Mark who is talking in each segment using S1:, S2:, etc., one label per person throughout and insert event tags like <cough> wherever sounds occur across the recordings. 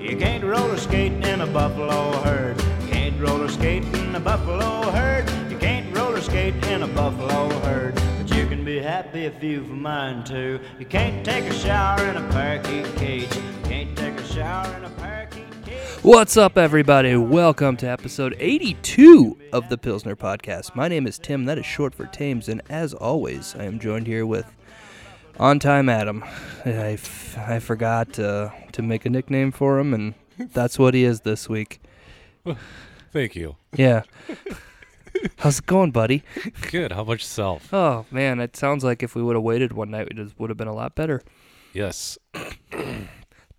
S1: You can't roller skate in a buffalo herd. Can't roller skate in a buffalo herd. You can't roller skate in a buffalo herd. But you can be happy if you've a mind to. You can't take a shower in a parakeet cage. Can't take a shower in a parakeet cage.
S2: What's up, everybody? Welcome to episode 82 of the Pilsner Podcast. My name is Tim, that is short for Thames, and as always, I am joined here with On Time Adam. I, f- I forgot uh, to make a nickname for him, and that's what he is this week.
S3: Thank you.
S2: Yeah. How's it going, buddy?
S3: Good. How much self?
S2: Oh, man, it sounds like if we would have waited one night, it would have been a lot better.
S3: Yes.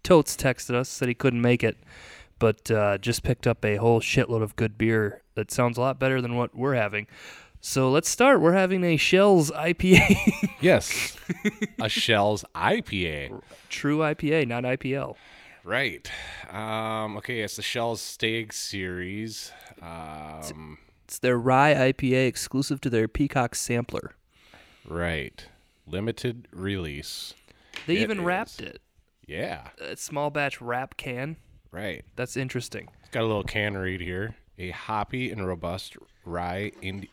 S2: Totes texted us, said he couldn't make it, but uh, just picked up a whole shitload of good beer that sounds a lot better than what we're having. So let's start. We're having a Shells IPA,
S3: Yes. a Shell's IPA.
S2: <laughs> true IPA, not IPL.
S3: Right. Um, okay, it's the Shell's Stag series. Um,
S2: It's their rye IPA exclusive to their Peacock sampler.
S3: right. Limited release.
S2: They
S3: It
S2: even
S3: is.
S2: wrapped it.
S3: Yeah.
S2: A small batch wrap can.
S3: Right.
S2: That's interesting.
S3: It's got a little can read here. A hoppy and robust rye Ind-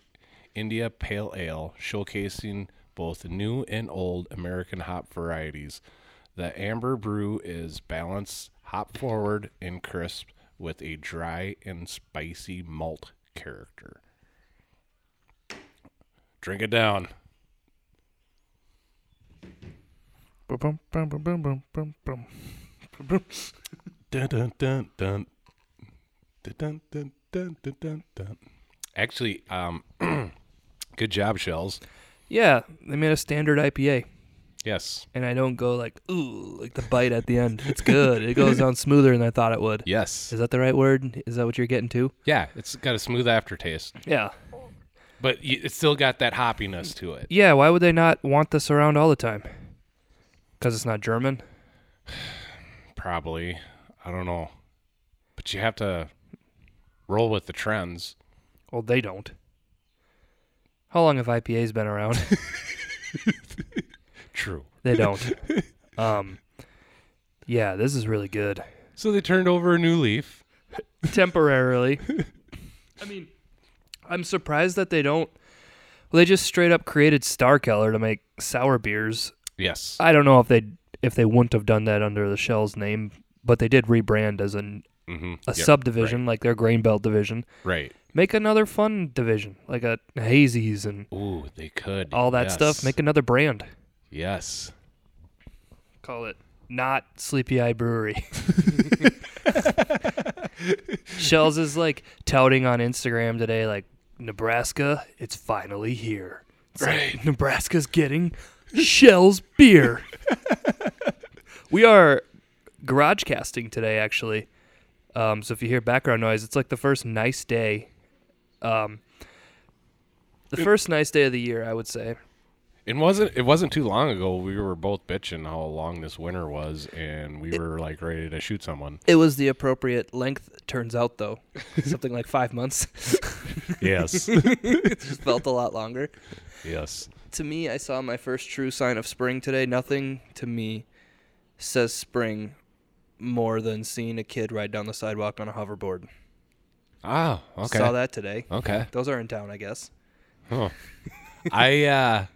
S3: India Pale Ale, showcasing both new and old American hop varieties. The amber brew is balanced, hop forward, and crisp with a dry and spicy malt character. Drink it down.
S2: Boom, boom, boom, boom, boom, boom, boom.
S3: Dun dun dun dun. Dun dun dun dun dun dun. dun. Actually, um, <clears throat> good job, Shells.
S2: Yeah, they made a standard IPA.
S3: Yes.
S2: and I don't go like ooh like the bite at the end. It's good. It goes down smoother than I thought it would.
S3: Yes.
S2: Is that the right word? Is that what you're getting to?
S3: Yeah, it's got a smooth aftertaste,
S2: Yeah.
S3: but y- it's still got that hoppiness to it.
S2: Yeah. Why would they not want this around all the time? Because it's not German.
S3: Probably, I don't know, but you have to roll with the trends.
S2: Well, they don't. How long have IPAs been around?
S3: True.
S2: they don't. Um. Yeah, this is really good.
S3: So they turned over a new leaf.
S2: Temporarily. I mean, I'm surprised that they don't. Well, they just straight up created Star Keller to make sour beers
S3: Yes.
S2: I don't know if they if they wouldn't have done that under the Shell's name, but they did rebrand as an,
S3: Mm-hmm.
S2: a subdivision like their grain belt division.
S3: Right.
S2: Make another fun division like a hazies and
S3: Ooh, they could
S2: all that stuff.
S3: Yes.
S2: Make another brand.
S3: yes.
S2: Call it not Sleepy Eye Brewery. Shell's is like touting on Instagram today, like Nebraska, it's finally here. It's like,
S3: Right.
S2: Nebraska's getting Shell's beer. we are garage casting today, actually. Um, so if you hear background noise, it's like the first nice day. Um, the first nice day of the year, I would say.
S3: It wasn't. It wasn't too long ago. We were both bitching how long this winter was, and we were like ready to shoot someone.
S2: It was the appropriate length, it turns out,
S3: <laughs>
S2: though. Something like five months. <laughs>
S3: Yes.
S2: Just felt a lot longer.
S3: <laughs> yes.
S2: To me, I saw my first true sign of spring today. Nothing to me says spring more than seeing a kid ride down the sidewalk on a hoverboard.
S3: Ah. Okay.
S2: Saw that today.
S3: Okay.
S2: Those are in town, I guess.
S3: Huh. <laughs> I uh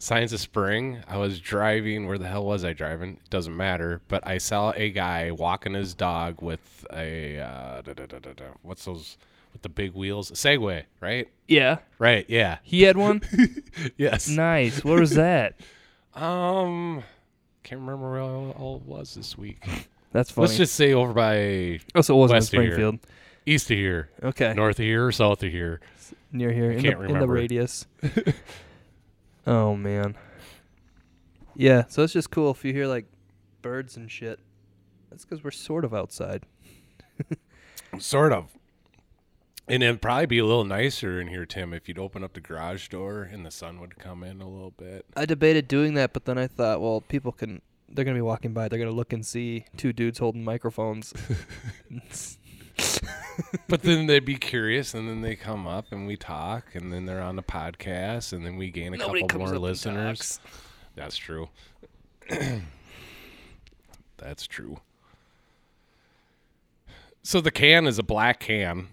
S3: Signs of Spring, I was driving where the hell was I driving? Doesn't matter, but I saw a guy walking his dog with a uh da, da, da, da, da, what's those with the big wheels? A Segway, right?
S2: Yeah.
S3: Right, yeah.
S2: He had one?
S3: <laughs> Yes.
S2: nice. What was that?
S3: Um can't remember where all, all it was this week.
S2: That's funny.
S3: Let's just say over by
S2: oh, so it wasn't in
S3: west of here.
S2: Springfield.
S3: east of <laughs> here,
S2: Okay.
S3: north of here, or south of here.
S2: Near here. In
S3: can't
S2: the, in the
S3: remember. <laughs>
S2: radius. oh, man. Yeah. So it's just cool if you hear like birds and shit. That's because we're sort of outside.
S3: Sort of. And it'd probably be a little nicer in here, Tim, if you'd open up the garage door and the sun would come in a little bit.
S2: I debated doing that, but then I thought, well, people can. They're gonna be walking by. They're gonna look and see two dudes holding microphones.
S3: But then they'd be curious, and then they come up and we talk, and then they're on the podcast, and then we gain a couple more listeners. That's true. <coughs> That's true. So the can is a black can.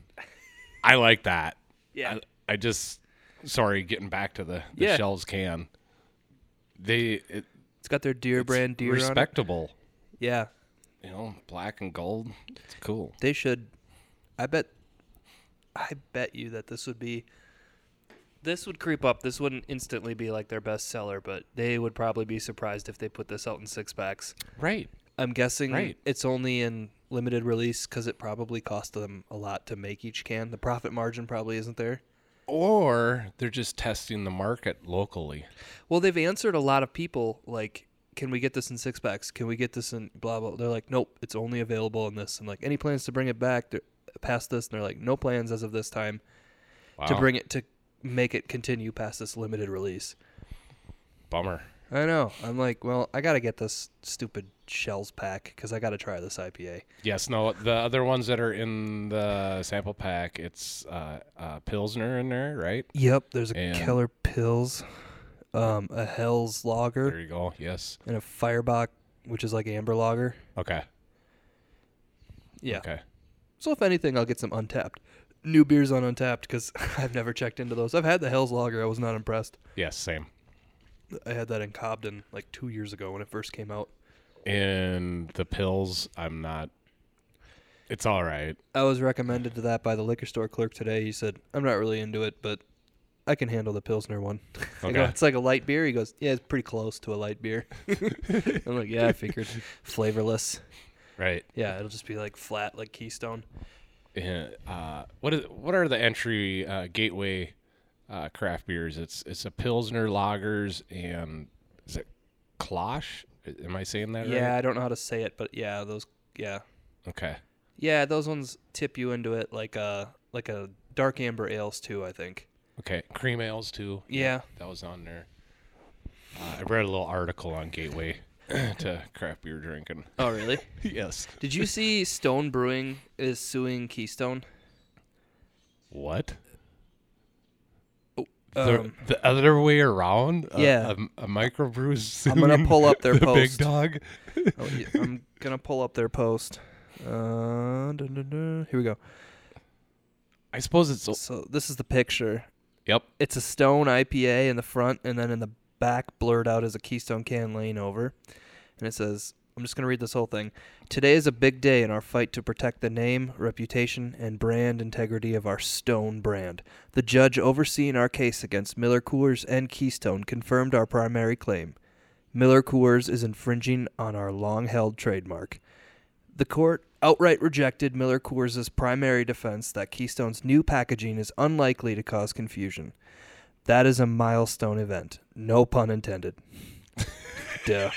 S3: I like that.
S2: Yeah.
S3: I, I just sorry, getting back to the, the
S2: Yeah.
S3: shells can. They it,
S2: It's got their deer brand deer on it.
S3: respectable.
S2: Yeah.
S3: You know, black and gold. It's cool.
S2: They should I bet I bet you that this would be this would creep up. This wouldn't instantly be like their best seller, but they would probably be surprised if they put this out in six packs.
S3: Right.
S2: I'm guessing
S3: Right.
S2: it's only in limited release because it probably cost them a lot to make each can. The profit margin probably isn't there.
S3: Or they're just testing the market locally.
S2: Well, they've answered a lot of people like, "Can we get this in six packs? Can we get this in blah blah?" They're like, "Nope, it's only available in this." And like, any plans to bring it back They're- past this? And they're like, "No plans as of this time to
S3: Wow.
S2: bring it to make it continue past this limited release."
S3: Bummer.
S2: I know. I'm like, well, I gotta get this stupid shells pack because I gotta try this IPA.
S3: Yes, no, the other ones that are in the sample pack, it's uh, uh, Pilsner in there, right?
S2: Yep, there's a
S3: And-
S2: Keller Pills, um, a Hell's Lager,
S3: There you go. Yes.
S2: and a Firebach, which is like Amber Lager.
S3: Okay.
S2: Yeah.
S3: Okay.
S2: So if anything, I'll get some Untapped. New beers on Untapped because <laughs> I've never checked into those. I've had the Hell's Lager. I was not impressed.
S3: Yes, same.
S2: I had that in Cobden like two years ago when it first came out.
S3: And the pills, I'm not. It's all right.
S2: I was recommended to that by the liquor store clerk today. He said, "I'm not really into it, but I can handle the Pilsner one." <laughs> I go,
S3: Okay.
S2: "It's like a light beer." He goes, "Yeah, it's pretty close to a light beer." <laughs> I'm like, "Yeah, I figured, flavorless."
S3: Right.
S2: Yeah, it'll just be like flat, like Keystone.
S3: Uh, what is? What are the entry uh, gateway uh, craft beers? It's it's a Pilsner lagers and is it Klosh? Am I saying that
S2: Yeah,
S3: right?
S2: I don't know how to say it, but yeah, those, yeah,
S3: Okay.
S2: yeah, those ones tip you into it like a like a dark amber ales too. I think.
S3: Okay. Cream ales too.
S2: Yeah,
S3: that was on there. Uh, I read a little article on Gateway <clears throat> to craft beer drinking.
S2: Oh, <laughs> really?
S3: yes.
S2: Did you see Stone Brewing is suing Keystone?
S3: What?
S2: Um,
S3: the, the other way around? A-
S2: Yeah.
S3: A, a microbrews.
S2: I'm gonna
S3: suing
S2: pull up their
S3: <laughs> the
S2: post.
S3: Big dog.
S2: Oh, yeah, I'm gonna pull up their post. Uh, dun, dun, dun. Here we go.
S3: I suppose it's.
S2: So this is the picture.
S3: Yep.
S2: It's a Stone IPA in the front, and then in the back, blurred out as a Keystone can laying over. And it says, "I'm just gonna read this whole thing. Today is a big day in our fight to protect the name, reputation, and brand integrity of our Stone brand. The judge overseeing our case against Miller Coors and Keystone confirmed our primary claim: Miller Coors is infringing on our long-held trademark." The court outright rejected Miller Coors' primary defense that Keystone's new packaging is unlikely to cause confusion. That is a milestone event, no pun
S3: <laughs>
S2: intended. Duh.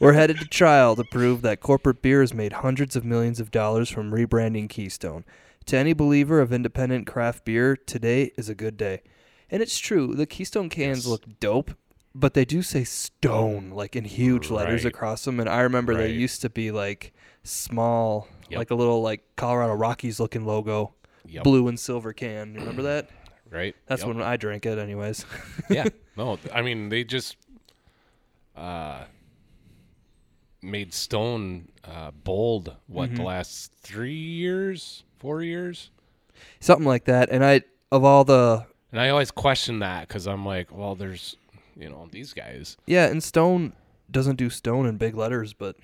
S2: We're headed to trial to prove that corporate beer has made hundreds of millions of dollars from rebranding Keystone. To any believer of independent craft beer, today is a good day. And it's true, the Keystone cans
S3: Yes.
S2: look dope, but they do say stone like in huge letters
S3: Right.
S2: across them and I remember they
S3: Right.
S2: used to be like small,
S3: Yep.
S2: like a little like Colorado Rockies looking logo,
S3: Yep.
S2: blue and silver can. You remember that?
S3: Right.
S2: That's
S3: Yep.
S2: when I drank it, anyways. <laughs>
S3: yeah. <laughs> No, th- I mean they just uh, made Stone uh, bold. What the last three years, four years?
S2: Something like that. And I, of all the
S3: And I always question that because I'm like, well, there's, you know, these guys.
S2: yeah, and Stone doesn't do Stone in big letters, but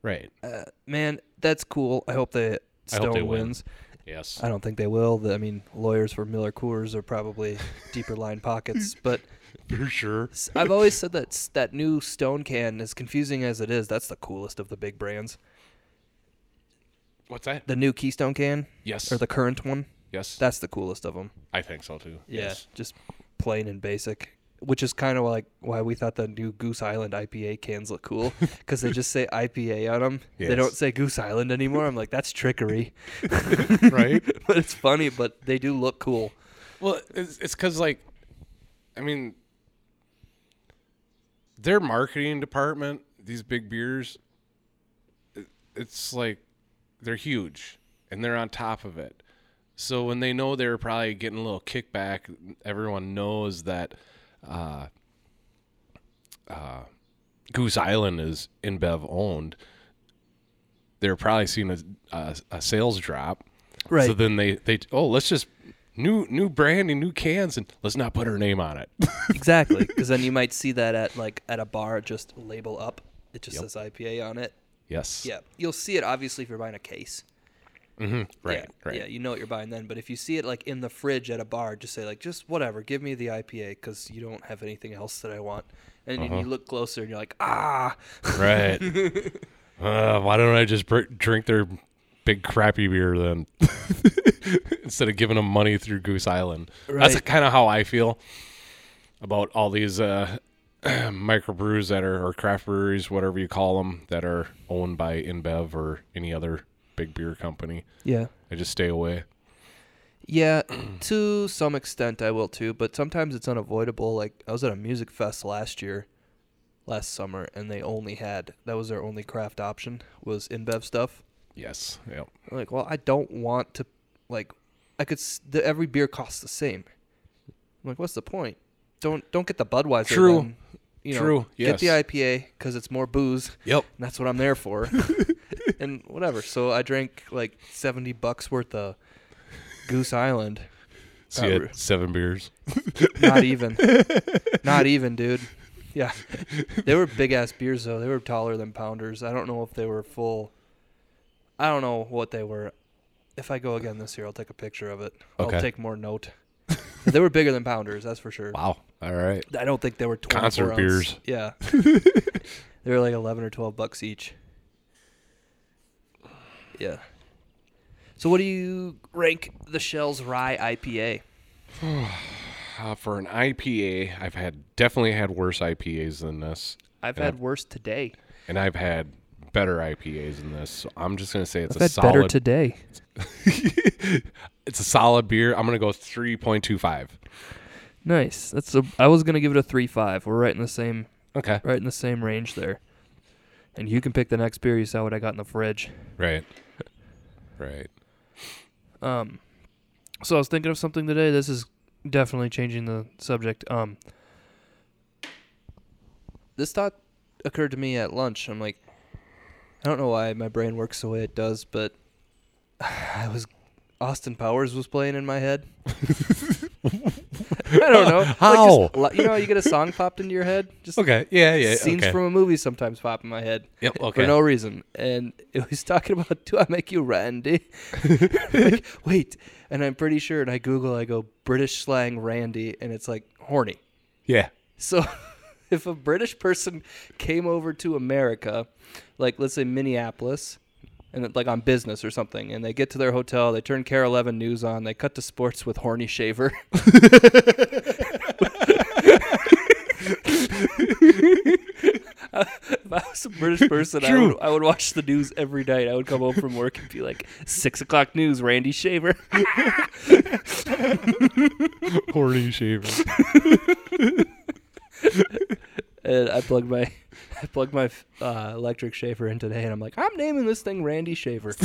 S3: Right.
S2: uh, man, that's cool. I hope they
S3: I
S2: Stone
S3: hope they win.
S2: wins.
S3: Yes.
S2: I don't think they will. The- I mean, lawyers for Miller Coors are
S3: <laughs>
S2: probably deeper line pockets, but.
S3: For sure.
S2: S- I've always said that s- that new Stone can, as confusing as it is, that's the coolest of the big brands.
S3: What's that?
S2: The new Keystone can,
S3: Yes.
S2: or the current one,
S3: yes.
S2: that's the coolest of them.
S3: I think so too.
S2: Yeah, <laughs>
S3: Yes.
S2: just plain and basic, which is kind of like why we thought the new Goose Island IPA cans look
S3: <laughs>
S2: cool because they just say IPA on them. They
S3: Yes.
S2: don't say Goose Island anymore. I'm like, that's trickery, <laughs>
S3: right.
S2: but it's funny. But they do look
S3: <laughs>
S2: cool.
S3: Well, it's because like, I mean, their marketing department, these big beers, it- it's like they're huge and they're on top of it. So when they know they're probably getting a little kickback, everyone knows that uh, uh, Goose Island is InBev owned, they're probably seeing a, a, a sales drop.
S2: Right.
S3: So then they they oh let's just new new branding, new cans, and let's not put her name on it.
S2: exactly. Because then you might see that at like at a bar, just label up. It just says IPA on it.
S3: yes.
S2: Yeah, you'll see it obviously if you're buying a case.
S3: Right.
S2: yeah,
S3: Right.
S2: Yeah, you know what you're buying then. But if you see it like in the fridge at a bar, just say like, just whatever, give me the IPA because you don't have anything else that I want. And then
S3: Uh-huh.
S2: you look closer and you're like, ah, <laughs>
S3: Right. <laughs> uh, why don't I just br- drink their big crappy beer then? <laughs> Instead of giving them money through Goose Island. That's
S2: Right.
S3: kind of how I feel about all these uh, <clears throat> microbrews that are, or craft breweries, whatever you call them, that are owned by InBev or any other big beer company.
S2: yeah,
S3: I just stay away.
S2: yeah. <clears throat> to some extent, I will too. But sometimes it's unavoidable. Like I was at a music fest last year, last summer, and they only had that was their only craft option was InBev stuff.
S3: Yes. Yep.
S2: I'm like, well, I don't want to, like, I could. s- The, every beer costs the same. I'm like, what's the point? Don't don't get the Budweiser.
S3: True.
S2: then, you know,
S3: True,
S2: Get the
S3: yes.
S2: IPA because it's more booze.
S3: Yep.
S2: And that's what I'm there
S3: <laughs>
S2: for. and whatever. So I drank like 70 bucks worth of Goose Island.
S3: So you
S2: Uh,
S3: had seven beers. <laughs>
S2: Not even. Not even, dude. Yeah. They were big ass beers though. They were taller than pounders. I don't know if they were full. I don't know what they were. If I go again this year, I'll take a picture of it.
S3: Okay.
S2: I'll take more
S3: <laughs>
S2: note. they were bigger than pounders, that's for sure.
S3: Wow. All right.
S2: I don't think they were 24
S3: Concert
S2: ounce.
S3: beers. <laughs>
S2: Yeah. they were like 11 or 12 bucks each. Yeah. So what do you rank the Shell's Rye IPA?
S3: Uh, for an IPA, I've had definitely had worse IPAs than this.
S2: I've
S3: Yeah.
S2: had worse today.
S3: and I've had better IPAs than this. So I'm just gonna say it's a
S2: I've had better
S3: solid.
S2: today.
S3: it's a solid beer. I'm gonna go three point two five.
S2: Nice. That's a. I was gonna give it a three five. We're right in the same,
S3: Okay.
S2: right in the same range there. And you can pick the next beer. You saw what I got in the fridge.
S3: Right. Right.
S2: Um, so I was thinking of something today. This is definitely changing the subject. Um, this thought occurred to me at lunch. I'm like, I don't know why my brain works the way it does, but <sighs> I was Austin Powers was playing in my head. <laughs> I don't know Like, just
S3: How?
S2: li- you know, how you get a song popped into your head. Just
S3: Okay. Yeah. Yeah.
S2: scenes
S3: okay.
S2: from a movie sometimes pop in my head
S3: Yep. Okay.
S2: for no reason. And <laughs> it was talking about, do I make you Randy? <laughs>
S3: <laughs>
S2: like, wait. And I'm pretty sure, and I Google, I go British slang Randy, and it's like horny.
S3: yeah.
S2: So <laughs> if a British person came over to America, like let's say Minneapolis, and it- like on business or something, and they get to their hotel, they turn Care 11 news on, they cut to sports with horny shaver. <laughs> if I was a British person, I would,
S3: True.
S2: I would watch the news every night. I would come home from work and be like, six o'clock news, Randy Shaver.
S3: Horny shaver.
S2: and I plugged my <laughs> I plugged my uh, electric shaver in today, and I'm like, I'm naming this thing Randy Shaver.
S3: <laughs>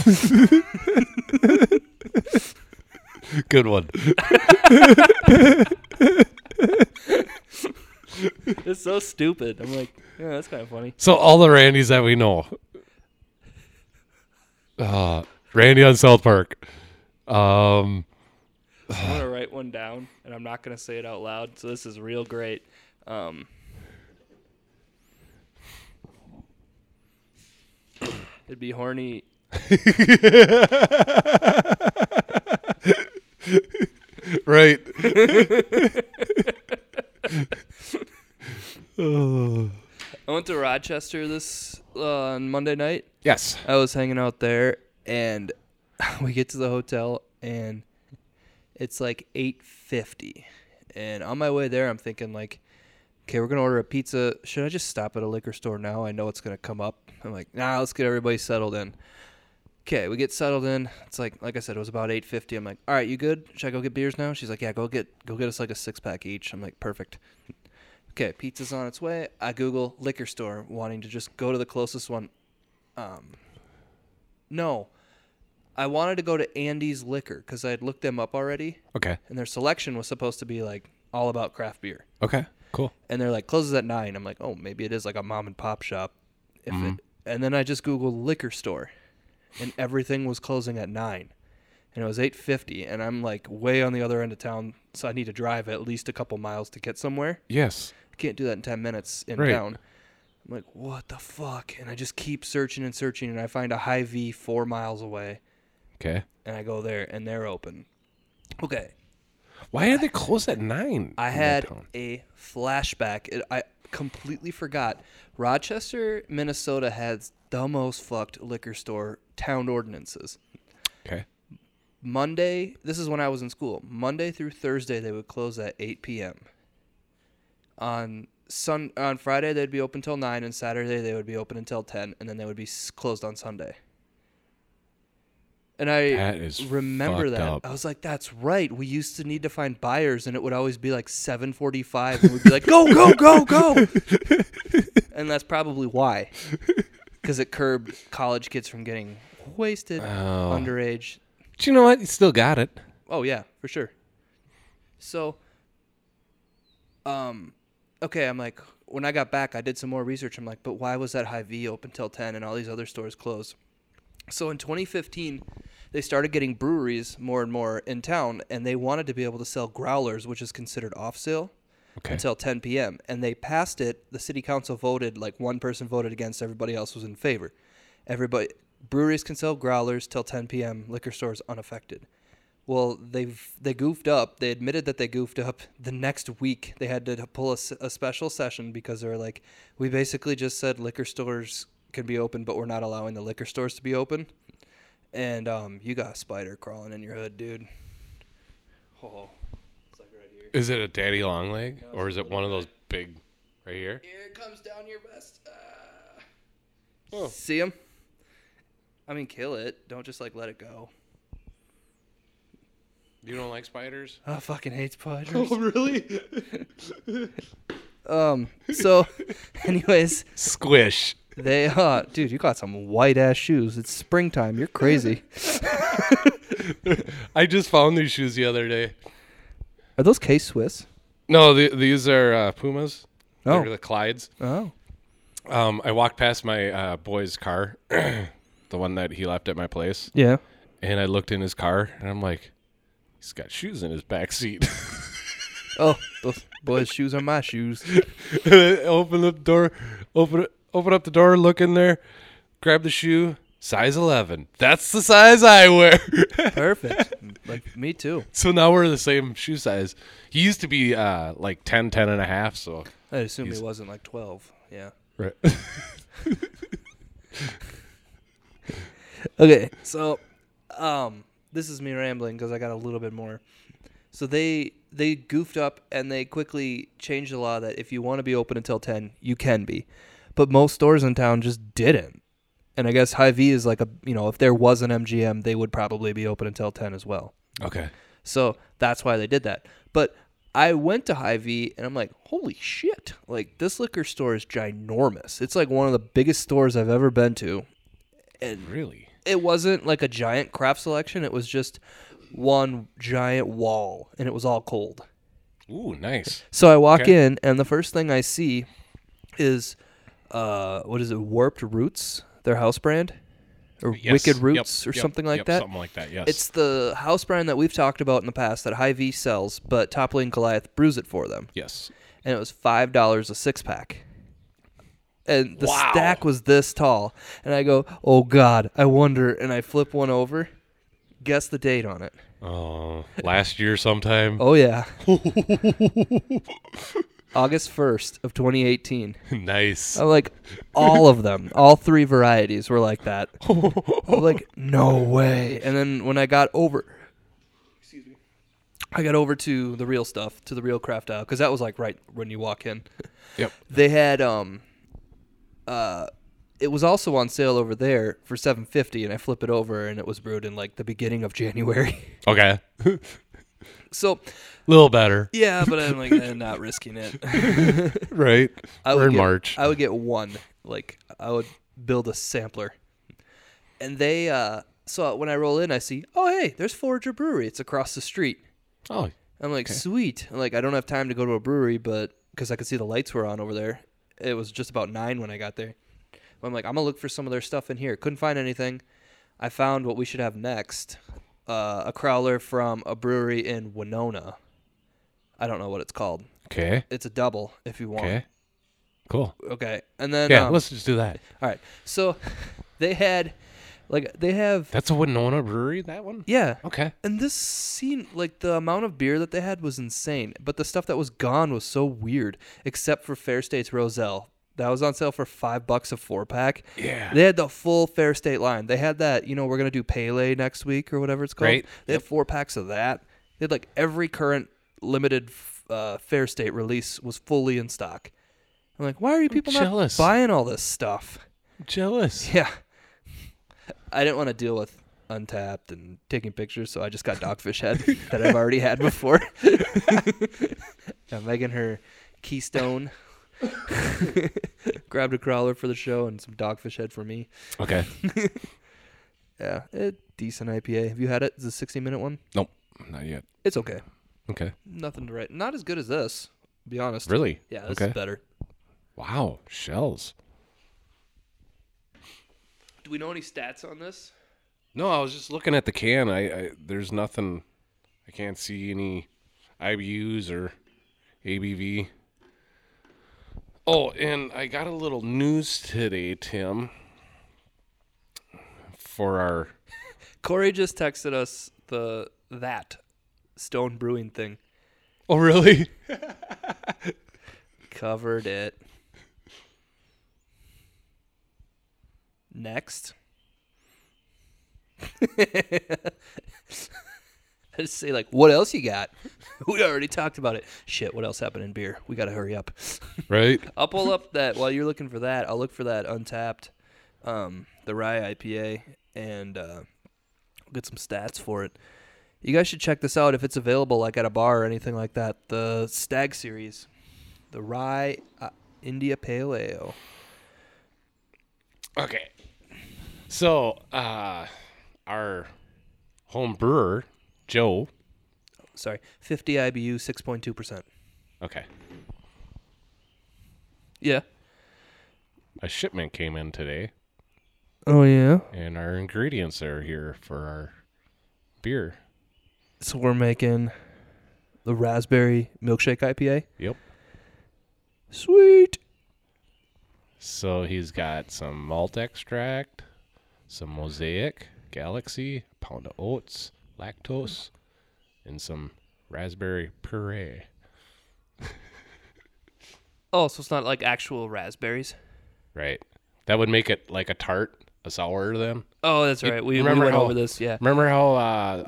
S3: Good one.
S2: it's so stupid. I'm like, yeah, that's kind of funny.
S3: So all the Randys that we know. Uh, Randy on South Park. Um.
S2: I'm gonna write one down, and I'm not gonna say it out loud. So this is real great. Um, it'd be horny.
S3: <laughs> Right. Oh.
S2: I went to Rochester this uh, on Monday night.
S3: yes.
S2: I was hanging out there, and <laughs> we get to the hotel, and it's like eight fifty. And on my way there, I'm thinking like, okay, we're gonna order a pizza. Should I just stop at a liquor store now? I know it's gonna come up. I'm like, nah, let's get everybody settled in. Okay, we get settled in. It's like, like I said, it was about eight fifty. I'm like, all right, you good? Should I go get beers now? She's like, yeah, go get, go get us like a six pack each. I'm like, perfect. <laughs> Okay, pizza's on its way. I Google liquor store, wanting to just go to the closest one no. I wanted to go to Andy's Liquor because I had looked them up already,
S3: Okay.
S2: and their selection was supposed to be like all about craft beer.
S3: Okay. Cool.
S2: and they're like closes at nine. I'm like, oh, maybe it is like a mom and pop shop. If it, and then I just googled liquor store, and everything was closing at nine, and it was eight fifty, and I'm like way on the other end of town, so I need to drive at least a couple miles to get somewhere.
S3: Yes.
S2: I can't do that in ten minutes in
S3: Right.
S2: town. I'm like, what the fuck? And I just keep searching and searching, and I find a high V four miles away,
S3: Okay.
S2: and I go there, and they're open. Okay,
S3: Why are they closed at nine?
S2: I
S3: in
S2: had
S3: Midtown?
S2: a flashback. It, I completely forgot. Rochester, Minnesota has the most fucked liquor store town ordinances.
S3: Okay.
S2: Monday, this is when I was in school. Monday through Thursday, they would close at 8 p.m. On sun on Friday, they'd be open till nine, and Saturday they would be open until ten, and then they would be s- closed on Sunday. And I
S3: That is
S2: remember
S3: fucked
S2: that
S3: up.
S2: I was like, "That's right. We used to need to find buyers, and it would always be like 7:45, and we'd be like, "Go, go, go, go!"
S3: <laughs>
S2: and that's probably why, because it curbed college kids from getting wasted,
S3: Oh.
S2: underage,
S3: But you know what? You still got it.
S2: Oh yeah, for sure. So um okay, I'm like when I got back I did some more research. I'm like, but why was that high V open till ten and all these other stores closed? So in twenty fifteen they started getting breweries more and more in town and they wanted to be able to sell growlers, which is considered off sale
S3: Okay.
S2: until 10 p.m. And they passed it. The city council voted, like one person voted against, everybody else was in favor. Everybody, breweries can sell growlers till 10 p.m., liquor stores unaffected. Well, they've they goofed up. They admitted that they goofed up. <laughs> The next week, they had to pull a, s- a special session because they were like, we basically just said liquor stores can be open, but we're not allowing the liquor stores to be open. And um, you got a spider crawling in your hood, dude. Oh, it's like right here.
S3: Is it a daddy long leg or is it one of those big right here?
S2: Here it comes down your vest. Ah. See him? I mean, kill it. Don't just like let it go.
S3: You don't like spiders?
S2: Oh, I fucking hate spiders.
S3: really?
S2: <laughs> um. So, <laughs> anyways,
S3: Squish.
S2: they uh, dude, you got some white ass shoes. It's springtime. You're crazy.
S3: I just found these shoes the other day.
S2: Are those K Swiss?
S3: No, the, these are uh, Pumas.
S2: Oh.
S3: They're the Clydes.
S2: Oh.
S3: Um, I walked past my uh, boy's car, <clears throat> the one that he left at my place,
S2: Yeah.
S3: and I looked in his car, and I'm like, he's got shoes in his back seat. <laughs>
S2: Oh, those boys' shoes are my shoes.
S3: <laughs> open the door, open it- open up the door, look in there, grab the shoe, size eleven. That's the size I wear. <laughs>
S2: Perfect. Like me too.
S3: so now we're the same shoe size. He used to be uh, like 10, 10 and a half. So
S2: I assume he wasn't like twelve. Yeah.
S3: right.
S2: Okay, so um, this is me rambling because I got a little bit more. So they they goofed up and they quickly changed the law that if you want to be open until ten, you can be, but most stores in town just didn't. And I guess High V is like a you know if there was an MGM, they would probably be open until ten as well.
S3: <laughs> okay.
S2: So that's why they did that. But I went to Hy-Vee and I'm like, holy shit! Like this liquor store is ginormous. It's like one of the biggest stores I've ever been to
S3: Really?
S2: it wasn't like a giant craft selection. It was just one giant wall, and it was all cold.
S3: Ooh, nice.
S2: So I walk
S3: Okay.
S2: in, and the first thing I see is uh, what is it? Warped Roots, their house brand, or
S3: Yes.
S2: Wicked
S3: Yep,
S2: Roots, or
S3: yep,
S2: something like
S3: yep,
S2: that.
S3: Something like that. Yes.
S2: It's the house brand that we've talked about in the past that High V sells, but Topley and Goliath brews it for them,
S3: yes.
S2: and it was five dollars a six pack. And the
S3: Wow.
S2: stack was this tall, and I go, "Oh God, I wonder." And I flip one over. Guess the date on it.
S3: Oh, last year sometime.
S2: Oh yeah. August 1st of 2018.
S3: <laughs> nice.
S2: I'm like all of them, all three varieties were like that. I'm like no way. And then when I got over Excuse me. I got over to the real stuff, to the real craft aisle cuz that was like right when you walk in.
S3: Yep.
S2: They had um uh it was also on sale over there for 750 and I flip it over and it was brewed in like the beginning of <laughs> January.
S3: Okay. <laughs>
S2: so,
S3: Little better.
S2: yeah, but I'm like eh, not risking it.
S3: Right.
S2: would
S3: We're in
S2: get- <laughs>
S3: March.
S2: I would get one. Like I would build a sampler. And they uh so when I roll in I see, oh hey, there's Forager Brewery. It's across the street.
S3: oh,
S2: I'm like, sweet. I'm like, I don't have time to go to a brewery, but because I could see the lights were on over there. It was just about nine when I got there. But I'm like, I'm gonna look for some of their stuff in here. Couldn't find anything. I found what we should have next: uh, a crowler from a brewery in Winona. I don't know what it's called.
S3: Okay.
S2: It's a double if you want.
S3: Okay. Cool.
S2: Okay. And then
S3: Yeah,
S2: um,
S3: let's just do that.
S2: all right. So they had like they have
S3: That's a Winona brewery, that one?
S2: yeah.
S3: Okay.
S2: And this scene, like the amount of beer that they had was insane, but the stuff that was gone was so weird, except for Fair State's Roselle. That was on sale for five bucks a four pack.
S3: Yeah.
S2: They had the full Fair State line. They had that, you know, we're going to do Pele next week or whatever it's called.
S3: Right.
S2: They had four packs of that. They had like every current limited f- uh, Fair State release was fully in stock. I'm like, why are you people
S3: jealous.
S2: not buying all this stuff?
S3: Jealous.
S2: Yeah. I didn't want to deal with untapped and taking pictures, so I just
S3: <laughs>
S2: got Dogfish Head that I've already had before. I'm making her Keystone. <laughs> Grabbed a crawler for the show and some Dogfish Head for me.
S3: <laughs> Okay.
S2: Yeah, a decent IPA. Have you had it? It's a 60 minute one.
S3: nope. Not yet.
S2: It's okay.
S3: Okay.
S2: Nothing to write. Not as good as this, to be honest.
S3: Really?
S2: Yeah, this
S3: Okay.
S2: is better.
S3: Wow. Shells.
S2: Do we know any stats on this?
S3: No, I was just looking at the can. I, I there's nothing. I can't see any IBUs or ABV. Oh, and I got a little news today, Tim. For our
S2: Corey just texted us the that Stone Brewing thing.
S3: oh really?
S2: Covered it. Next. <laughs> I just say like, what else you got? <laughs> we already talked about it. Shit, what else happened in beer? We gotta hurry up.
S3: <laughs> Right.
S2: I'll pull up that while you're looking for that. I'll look for that untapped, um, the rye IPA, and uh, get some stats for it. You guys should check this out if it's available, like at a bar or anything like that. The Stag Series, the rye uh, India Pale Ale.
S3: Okay. So, uh, our home brewer, Joe.
S2: Sorry, 50 IBU, 6.2 percent.
S3: Okay.
S2: Yeah.
S3: A shipment came in today,
S2: Oh yeah.
S3: and our ingredients are here for our beer.
S2: So we're making the raspberry milkshake IPA.
S3: Yep.
S2: Sweet.
S3: So he's got some malt extract, some mosaic, galaxy, pound of oats, lactose, and some raspberry puree.
S2: Oh, so it's not like actual raspberries.
S3: Right. That would make it like a tart, a sour to them.
S2: Oh, that's right. We, we
S3: remember
S2: went
S3: how-
S2: over this. Yeah.
S3: Remember how uh,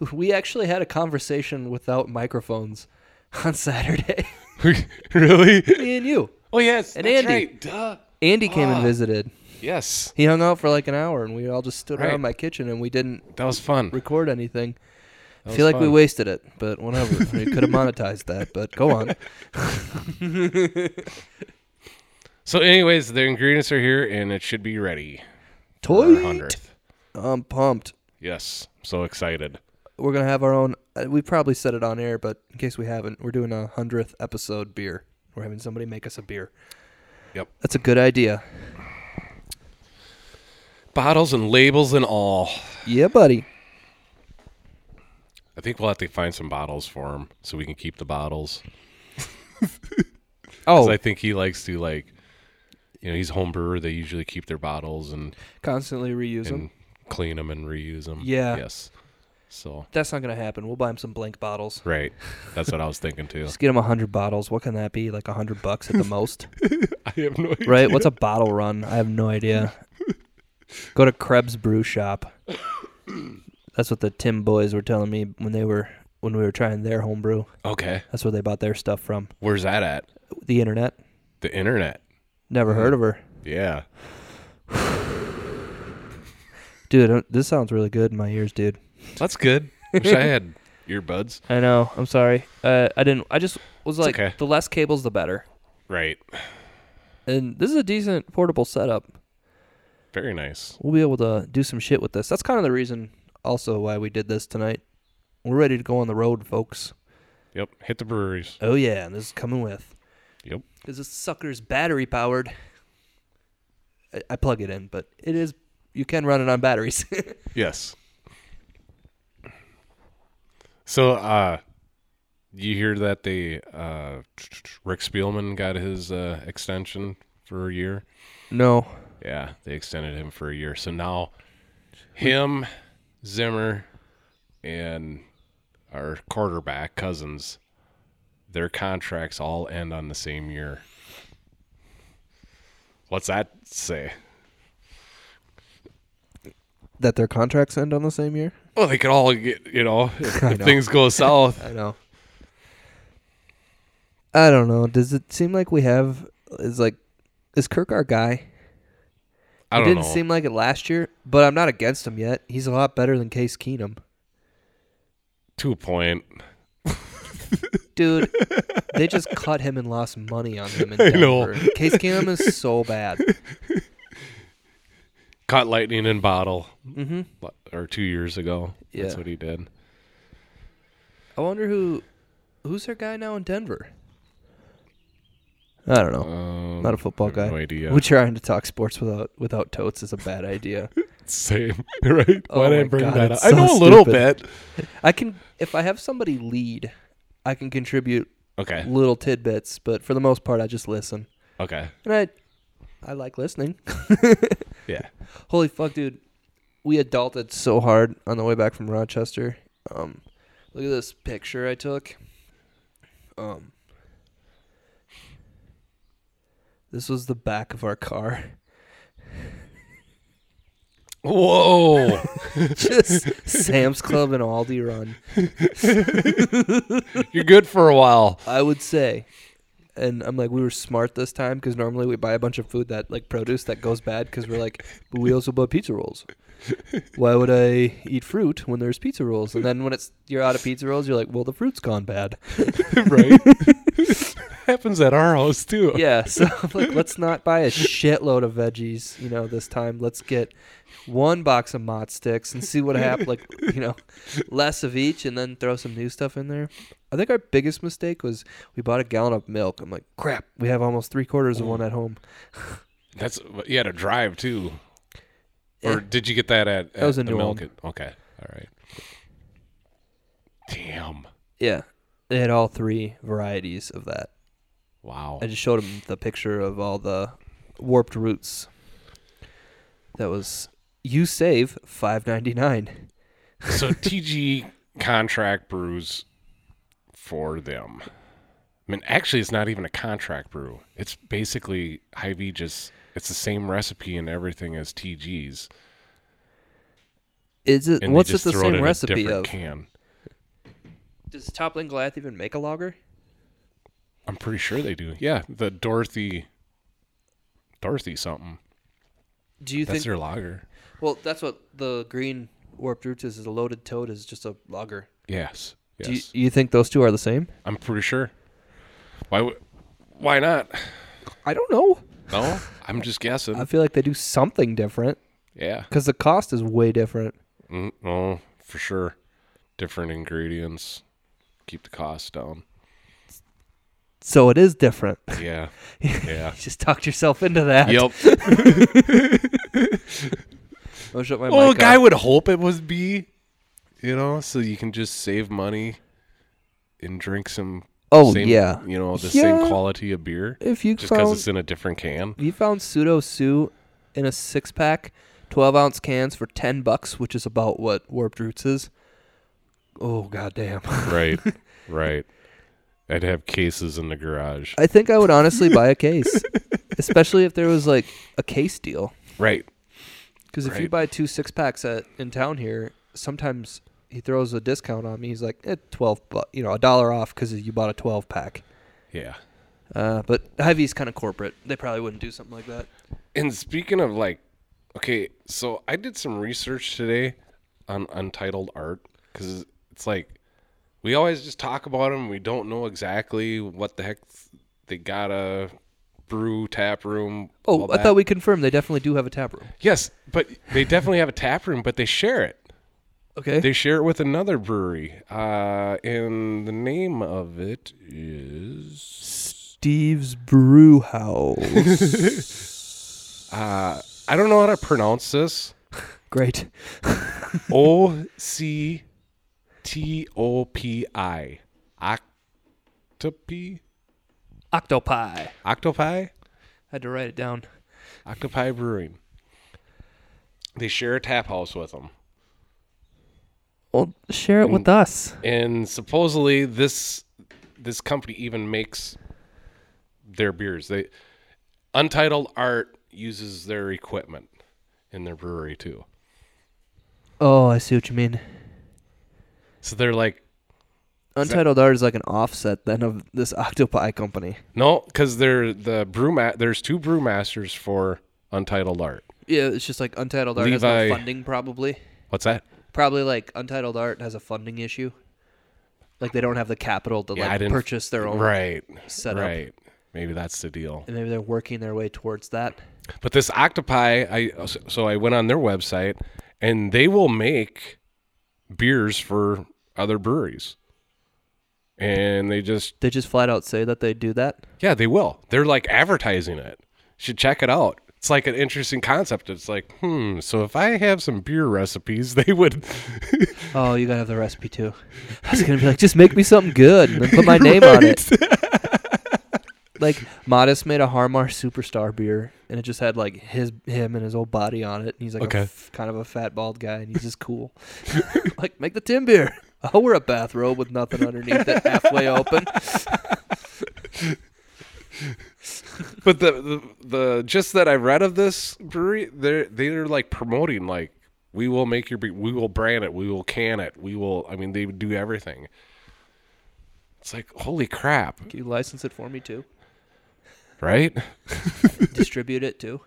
S3: uh
S2: <laughs> We actually had a conversation without microphones <laughs> on Saturday.
S3: uh, <laughs> really?
S2: Me and you.
S3: <laughs> Oh yes,
S2: And
S3: that's
S2: Andy.
S3: right. Duh.
S2: Andy came
S3: Ah.
S2: and visited.
S3: Yes,
S2: He hung out for like an hour and we all just stood
S3: Right.
S2: around my kitchen and we didn't
S3: that was fun.
S2: record anything. I
S3: was
S2: feel like we
S3: fun.
S2: wasted it, but whatever. we could
S3: <laughs>
S2: have monetized that, but go on.
S3: So, anyways, the ingredients are here, and it should be ready. for our
S2: Toy.
S3: hundredth.
S2: I'm pumped.
S3: Yes, so excited.
S2: We're going to have our own. uh, We probably said it on air, but in case we haven't, we're doing a 100th episode beer. We're having somebody make us a beer.
S3: Yep.
S2: That's a good idea.
S3: Bottles and labels and all.
S2: Yeah, buddy.
S3: I think we'll have to find some bottles for him so we can keep the bottles. 'Cause
S2: Oh,
S3: I think he likes to like, you know, he's a home brewer. They usually keep their bottles and
S2: constantly reuse them.
S3: and clean them and reuse them.
S2: Yeah.
S3: Yes. So
S2: That's not gonna happen. We'll buy him some blank bottles.
S3: right, that's what I was thinking too.
S2: Just get him a hundred bottles. What can that be? Like a hundred bucks at the most,
S3: <laughs> I have no idea.
S2: right? What's a bottle run? I have no idea. Go to Krebs Brew Shop. That's what the Tim boys were telling me when they were when we were trying their homebrew.
S3: Okay,
S2: That's where they bought their stuff from.
S3: where's that at?
S2: The internet.
S3: The internet.
S2: Never heard of her,
S3: Yeah.
S2: dude. uh, This sounds really good in my ears, dude.
S3: That's good. Wish <laughs> I had earbuds.
S2: I know. I'm sorry. Uh, I didn't. I just was like,
S3: okay.
S2: the less cables, the better.
S3: Right.
S2: And this is a decent portable setup.
S3: Very nice.
S2: we'll be able to do some shit with this. That's kind of the reason also why we did this tonight. We're ready to go on the road, folks.
S3: Yep. Hit the breweries.
S2: Oh yeah, and this is coming with
S3: Yep.
S2: because this sucker's battery powered. I, I plug it in, but it is you can run it on batteries. <laughs>
S3: Yes. So, uh, you hear that they uh, Rick Spielman got his uh, extension for a year?
S2: no,
S3: Yeah, they extended him for a year. So now, him, Zimmer, and our quarterback cousins, their contracts all end on the same year. What's that say?
S2: that their contracts end on the same year.
S3: Well, they could all get
S2: <laughs>
S3: you know if,
S2: I
S3: if
S2: know.
S3: things go south.
S2: I know. I don't know. Does it seem like we have is like is Kirk our guy?
S3: I
S2: it
S3: don't
S2: didn't
S3: know.
S2: seem like it last year, but I'm not against him yet. He's a lot better than Case Keenum.
S3: Two point. <laughs>
S2: Dude, they just cut him and lost money on him in
S3: I know.
S2: Denver. Case Keenum is
S3: <laughs>
S2: so bad.
S3: Caught lightning in bottle, mm-hmm. or two years ago.
S2: Yeah.
S3: That's what he did.
S2: I wonder who who's their guy now in Denver. I don't know.
S3: Um,
S2: Not a football
S3: I have
S2: guy.
S3: no idea.
S2: We're trying to talk sports without without totes is a bad idea.
S3: <laughs> Same, <laughs> right?
S2: Oh
S3: Why did I
S2: my
S3: bring
S2: God,
S3: that up?
S2: it's
S3: I
S2: so
S3: know a little
S2: stupid.
S3: bit.
S2: I can if I have somebody lead, I can contribute
S3: Okay.
S2: little tidbits, but for the most part I just listen.
S3: Okay.
S2: And I I like listening.
S3: Yeah.
S2: Holy fuck, dude. We adulted so hard on the way back from Rochester. Um, look at this picture I took. Um, this was the back of our car. <laughs> <laughs>
S3: Whoa.
S2: Just Sam's Club and Aldi run,
S3: You're good for
S2: <laughs>
S3: a while.
S2: I would say. And I'm like, we were smart this time because normally we buy a bunch of food that, like, produce that goes bad because we're like, but we also bought pizza rolls. Why would I eat fruit when there's pizza rolls? And then when it's you're out of pizza rolls, you're like, well, the fruit's gone bad.
S3: Right. <laughs> Happens at our house <laughs> too.
S2: yeah so I'm like let's not buy a shitload of veggies you know this time let's get one box of mod sticks and see what happens like you
S3: <laughs>
S2: know less of each and then throw some new stuff in there i think our biggest mistake was we bought a gallon of milk i'm like crap we have almost three quarters of one at home
S3: That's you had a drive too.
S2: Yeah.
S3: Or did you get that at, at
S2: was a
S3: the
S2: new
S3: milk?
S2: one.
S3: at- okay. All right. Damn.
S2: yeah they had all three varieties of that
S3: Wow.
S2: i just showed him the picture of all the warped roots that was you save 599 <laughs>
S3: so TG contract brews for them. I mean, actually, it's not even a contract brew. It's basically Hy-Vee just. It's the same recipe and everything as TG's.
S2: is it
S3: And they
S2: what's it
S3: just
S2: the
S3: throw it in
S2: same
S3: a
S2: recipe
S3: different
S2: of
S3: Can.
S2: Does Toppling Goliath even make a lager?
S3: I'm pretty sure they do. Yeah, the Dorothy, Dorothy something.
S2: Do you
S3: That's
S2: think?
S3: their lager.
S2: well, that's what the green warped roots is. is a loaded toad is just a lager.
S3: Yes. Yes.
S2: Do you, you think those two are the same?
S3: I'm pretty sure. Why? would? Why not?
S2: I don't know.
S3: No, I'm just guessing.
S2: <laughs> I feel like they do something different
S3: yeah.
S2: because the cost is way different.
S3: Mm, no, for sure. Different ingredients keep the cost down.
S2: So it is different. <laughs> You
S3: <laughs> Yeah. Yeah.
S2: just talked yourself into that.
S3: yep.
S2: I'll Oh, shut my
S3: <laughs> Well, a
S2: mic
S3: Oh, guy
S2: off.
S3: would hope it was B, you know, uh, so you can just save money and drink some.
S2: Oh,
S3: same-
S2: yeah.
S3: You know, the
S2: Yeah.
S3: same quality of beer.
S2: if you
S3: just because
S2: found
S3: it's in a different can.
S2: if you found pseudo sue in a six pack, twelve ounce cans for ten bucks, which is about what warped roots is. Oh goddamn.
S3: <laughs> Right, right. I'd have cases in the garage.
S2: I think I would honestly buy a <laughs> case, especially if there was like a case deal.
S3: Right.
S2: Because if you
S3: Right.
S2: buy two six packs at in town here, sometimes he throws a discount on me. He's like, eh, twelve, bu- you know, a dollar off because you bought a twelve pack.
S3: Yeah.
S2: Uh, but Hy-Vee's kind of corporate. They probably wouldn't do something like that.
S3: And speaking of like, okay, so I did some research today on untitled art because it's like we always just talk about them. We don't know exactly what the heck they got a brew tap room.
S2: Oh,
S3: all
S2: I
S3: that.
S2: thought we confirmed they definitely do have a tap room.
S3: yes, but they definitely have a tap room, but they share it.
S2: Okay.
S3: They share it with another brewery. Uh, and the name of it is
S2: Steve's Brew House.
S3: Uh, I don't know how to pronounce this.
S2: <laughs> Great.
S3: O C T O P I. Octopi?
S2: Octopi.
S3: Octopi?
S2: Had to write it down.
S3: Octopi Brewing. They share a tap house with them.
S2: Well, share it with us.
S3: And supposedly this this company even makes their beers. They Untitled Art uses their equipment in their brewery too.
S2: Oh, I see what you mean.
S3: So they're like,
S2: Untitled Art is like an offset then of this <laughs> Octopi company.
S3: no, because they're the brewma- There's two brewmasters for Untitled Art.
S2: Yeah, it's just like Untitled Art has
S3: Levi-
S2: no funding probably.
S3: What's that?
S2: Probably like Untitled Art has a funding issue. Like they don't have the capital to
S3: Yeah, I
S2: like
S3: didn't-
S2: purchase their own
S3: Right.
S2: setup.
S3: Right. Maybe that's the deal.
S2: And maybe they're working their way towards that.
S3: But this Octopi, I so I went on their website, and they will make beers for other breweries. And they just
S2: They just flat out say that they do that.
S3: yeah, they will. They're like advertising it. Should check it out. It's like an interesting concept. It's like, hmm, so if I have some beer recipes, <laughs> they would
S2: Oh, you gotta have the recipe too. I was gonna be like, just make me something good and then put my name on it. Like Modest made a Harmar Superstar beer, and it just had like his him and his old body on it, and he's like a
S3: Okay.
S2: f- kind of a fat bald guy, and he's just cool. <laughs> like make the Tim beer. I'll wear a bathrobe with nothing underneath it, halfway open.
S3: but the, the the just that I read of this brewery, they're they're like promoting like we will make your beer, we will brand it, we will can it, we will. I mean, they would do everything. It's like holy crap,
S2: Can you license it for me too?
S3: right?
S2: Distribute it too?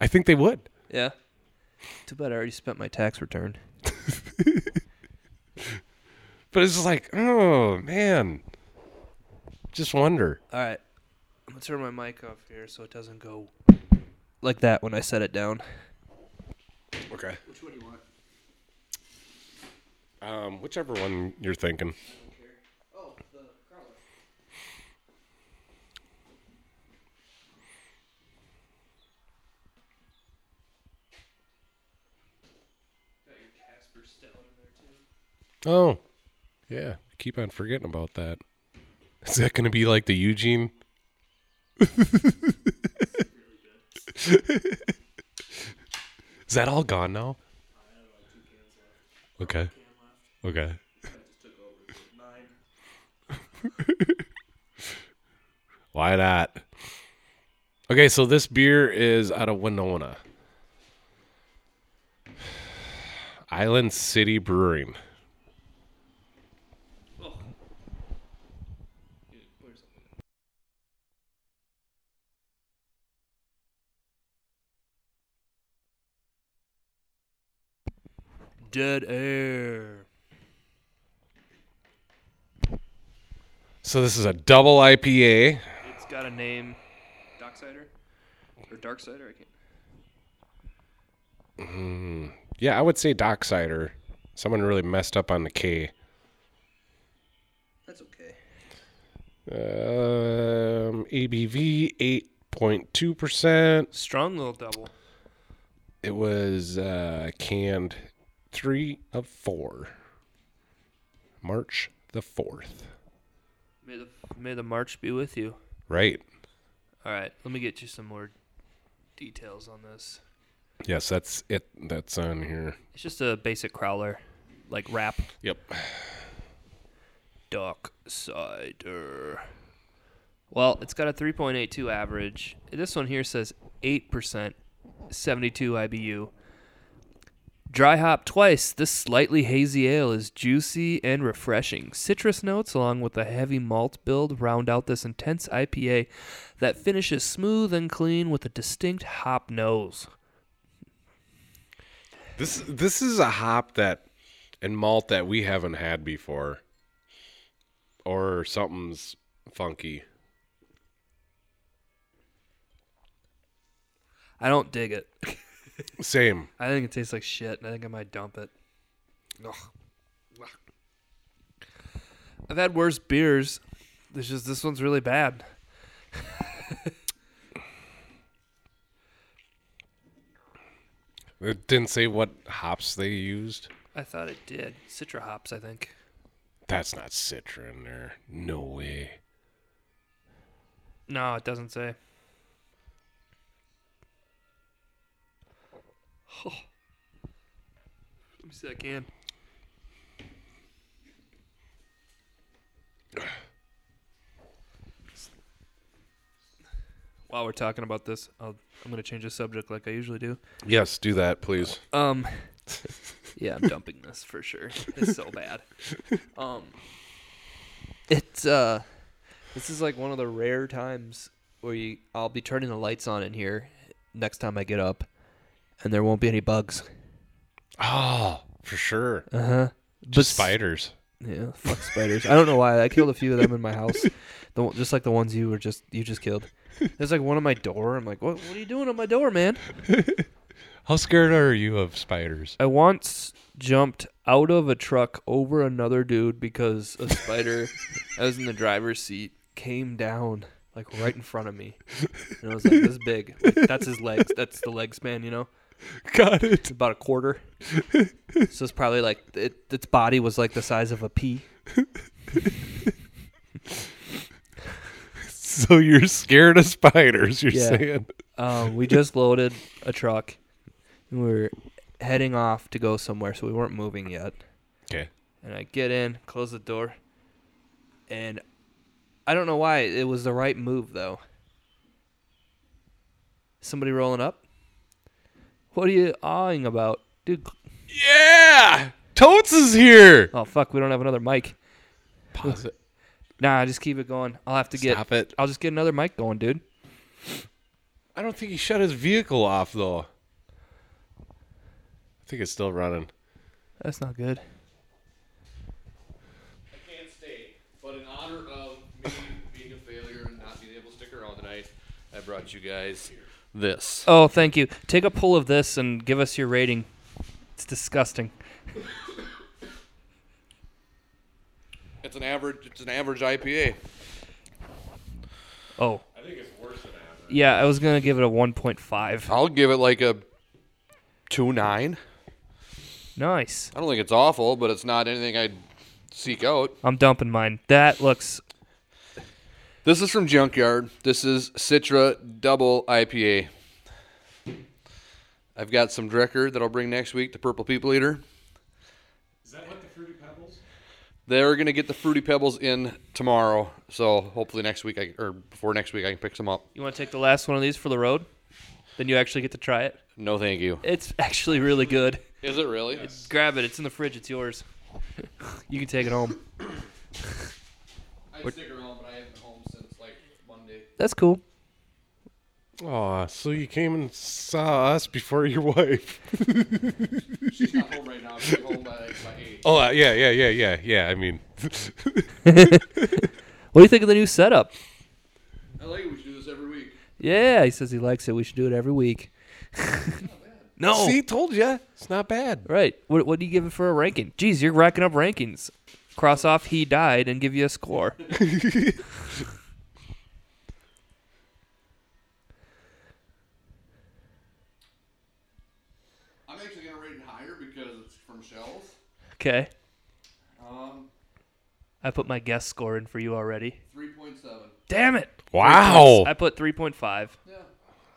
S3: I think they would.
S2: Yeah. Too bad I already spent my tax return.
S3: But it's just like, oh man, just wonder.
S2: All right. I'm going to turn my mic off here so it doesn't go like that when I set it down.
S3: Okay. Which one do you want? Um, whichever one you're thinking. Oh, Oh, yeah. I keep on forgetting about that. Is that going to be like the Eugene? Is that all gone now? Okay. Okay. <laughs> Why not? Okay, so this beer is out of Winona. <sighs> Island City Brewing.
S2: Dead air.
S3: So this is a double IPA.
S2: It's got a name. Docksider? Or Darksider? I can't.
S3: Yeah, I would say Dock Cider. Someone really messed up on the K.
S2: That's okay.
S3: Um, ABV eight point two percent.
S2: Strong little double.
S3: It was uh, canned three of four. March the fourth.
S2: May the, may the March be with you.
S3: Right.
S2: All right. Let me get you some more details on this.
S3: Yes, that's it. That's on here.
S2: It's just a basic crowler, like wrap.
S3: Yep.
S2: Duck cider. Well, it's got a 3.82 average. This one here says 8%, 72 IBU. Dry hop twice. This slightly hazy ale is juicy and refreshing. Citrus notes, along with a heavy malt build, round out this intense IPA that finishes smooth and clean with a distinct hop nose.
S3: This this is a hop that and malt that we haven't had before. Or something's funky.
S2: I don't dig it.
S3: Same.
S2: I think it tastes like shit, and I think I might dump it. Ugh. Ugh. I've had worse beers. This just this one's really bad.
S3: It didn't say what hops they used.
S2: I thought it did. Citra hops, I think.
S3: That's not Citra in there. No way.
S2: No, it doesn't say. Oh. Let me see if I can. While we're talking about this, I'll, I'm going to change the subject like I usually do.
S3: Yes, do that, please.
S2: Um, yeah, I'm dumping this for sure. It's so bad. Um, it's uh, this is like one of the rare times where you I'll be turning the lights on in here next time I get up, and there won't be any bugs.
S3: Oh, for sure.
S2: Uh huh. But
S3: Just spiders.
S2: yeah, fuck spiders. I don't know why I killed a few of them in my house, the, one- just like the ones you were just you just killed. There's like one on my door. I'm like, what? What are you doing on my door, man?
S3: How scared are you of spiders?
S2: I once jumped out of a truck over another dude because a spider I was in the driver's seat came down like right in front of me. And I was like, this big. Like, that's his legs. That's the leg span, you know?
S3: <laughs> Got it.
S2: It's about a quarter. So it's probably like it, its body was like the size of a pea.
S3: So you're scared of spiders, you're
S2: Yeah.
S3: saying?
S2: Um, we just loaded a truck and we were heading off to go somewhere, so we weren't moving yet.
S3: Okay.
S2: And I get in, close the door, and I don't know why it was the right move though. Somebody rolling up. What are you awing about, dude? cl-
S3: Yeah! Totes is here!
S2: Oh fuck, we don't have another mic.
S3: Pause it.
S2: Nah, just keep it going. I'll have to get.
S3: Stop it.
S2: I'll just get another mic going, dude.
S3: I don't think he shut his vehicle off, though. I think it's still running.
S2: That's not good.
S4: I can't stay, but in honor of me being a failure and not being able to stick around tonight, I brought you guys this.
S2: Oh, thank you. Take a pull of this and give us your rating. It's disgusting.
S4: It's an average. It's an average IPA.
S2: Oh. I think it's worse than average. Yeah, I was gonna give it a 1.5.
S4: I'll give it like a two nine.
S2: Nice.
S4: I don't think it's awful, but it's not anything I'd seek out.
S2: I'm dumping mine. That looks
S4: This is from Junkyard. This is Citra Double IPA. I've got some Drecker that I'll bring next week, the Purple People Eater. Is that what the Fruity Pebbles? They're going to get the Fruity Pebbles in tomorrow. So hopefully next week, I, or before next week, I can pick some up.
S2: You want to take the last one of these for the road? Then you actually get to try it.
S4: No, thank you.
S2: It's <laughs> actually really good.
S4: Is it really?
S2: Grab it. It's in the fridge. It's yours. you can take it home.
S4: I stick around, but I haven't been home since like Monday.
S2: That's cool.
S3: Aw, so you came and saw us before your <laughs> wife.
S4: <laughs> She's not home right now. She'll be home by, by 8.
S3: Oh, uh, yeah, yeah, yeah, yeah, yeah. I mean, <laughs>
S2: What do you think of the new setup?
S4: I like it. We should do this every week.
S2: Yeah, he says he likes it. We should do it every week. <laughs> no.
S3: see, told ya, it's not bad.
S2: Right. What, what do you give it for a ranking? Jeez, you're racking up rankings. Cross off he died and give you a <laughs> score.
S4: I'm actually going to rate it higher because it's from Shells.
S2: Okay.
S4: Um,
S2: I put my guess score in for you already.
S4: 3.7.
S2: Damn it.
S3: Wow,
S2: I put 3.5.
S4: Yeah.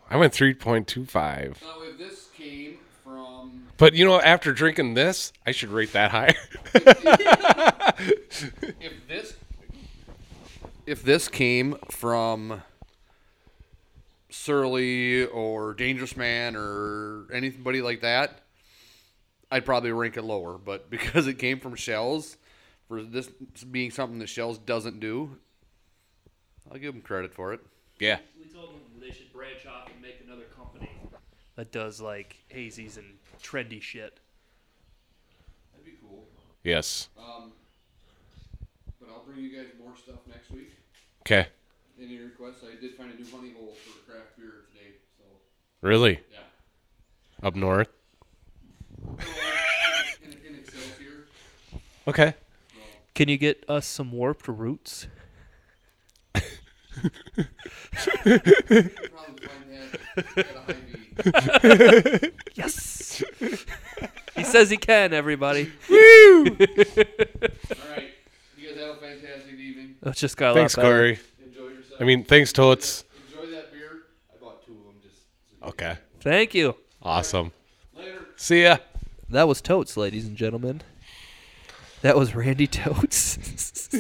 S3: I went three point two five.
S4: Now, if this came from.
S3: But you know, after drinking this, I should rate that higher. <laughs>
S4: If this. If this came from Surly or Dangerous Man or anybody like that, I'd probably rank it lower. But <laughs> because it came from Shells, for this being something that Shells doesn't do, I'll give them credit for it.
S3: yeah,
S2: We told them they should branch off and make another company that does like hazies and trendy shit.
S4: That'd be cool.
S3: yes.
S4: Um, but I'll bring you guys more stuff next week.
S3: Okay,
S4: Any requests? I did find a new honey hole for craft beer today, so
S3: really
S4: yeah.
S3: up north.
S4: in, in Excelsior.
S3: Okay,
S2: Can you get us some warped roots?
S4: Probably find that at a Hy-Vee.
S2: Yes. he <laughs> says he can, everybody.
S4: All right. You guys have a fantastic evening.
S2: It Oh, just got a
S3: Thanks,
S2: lot better.
S3: Corey.
S4: Enjoy yourself.
S3: I mean, thanks, Totes.
S4: Enjoy that beer. I bought two of them just.
S3: Okay.
S2: Thank you.
S3: Awesome.
S4: Later.
S3: See ya.
S2: That was Totes, ladies and gentlemen. That was Randy Totes. <laughs>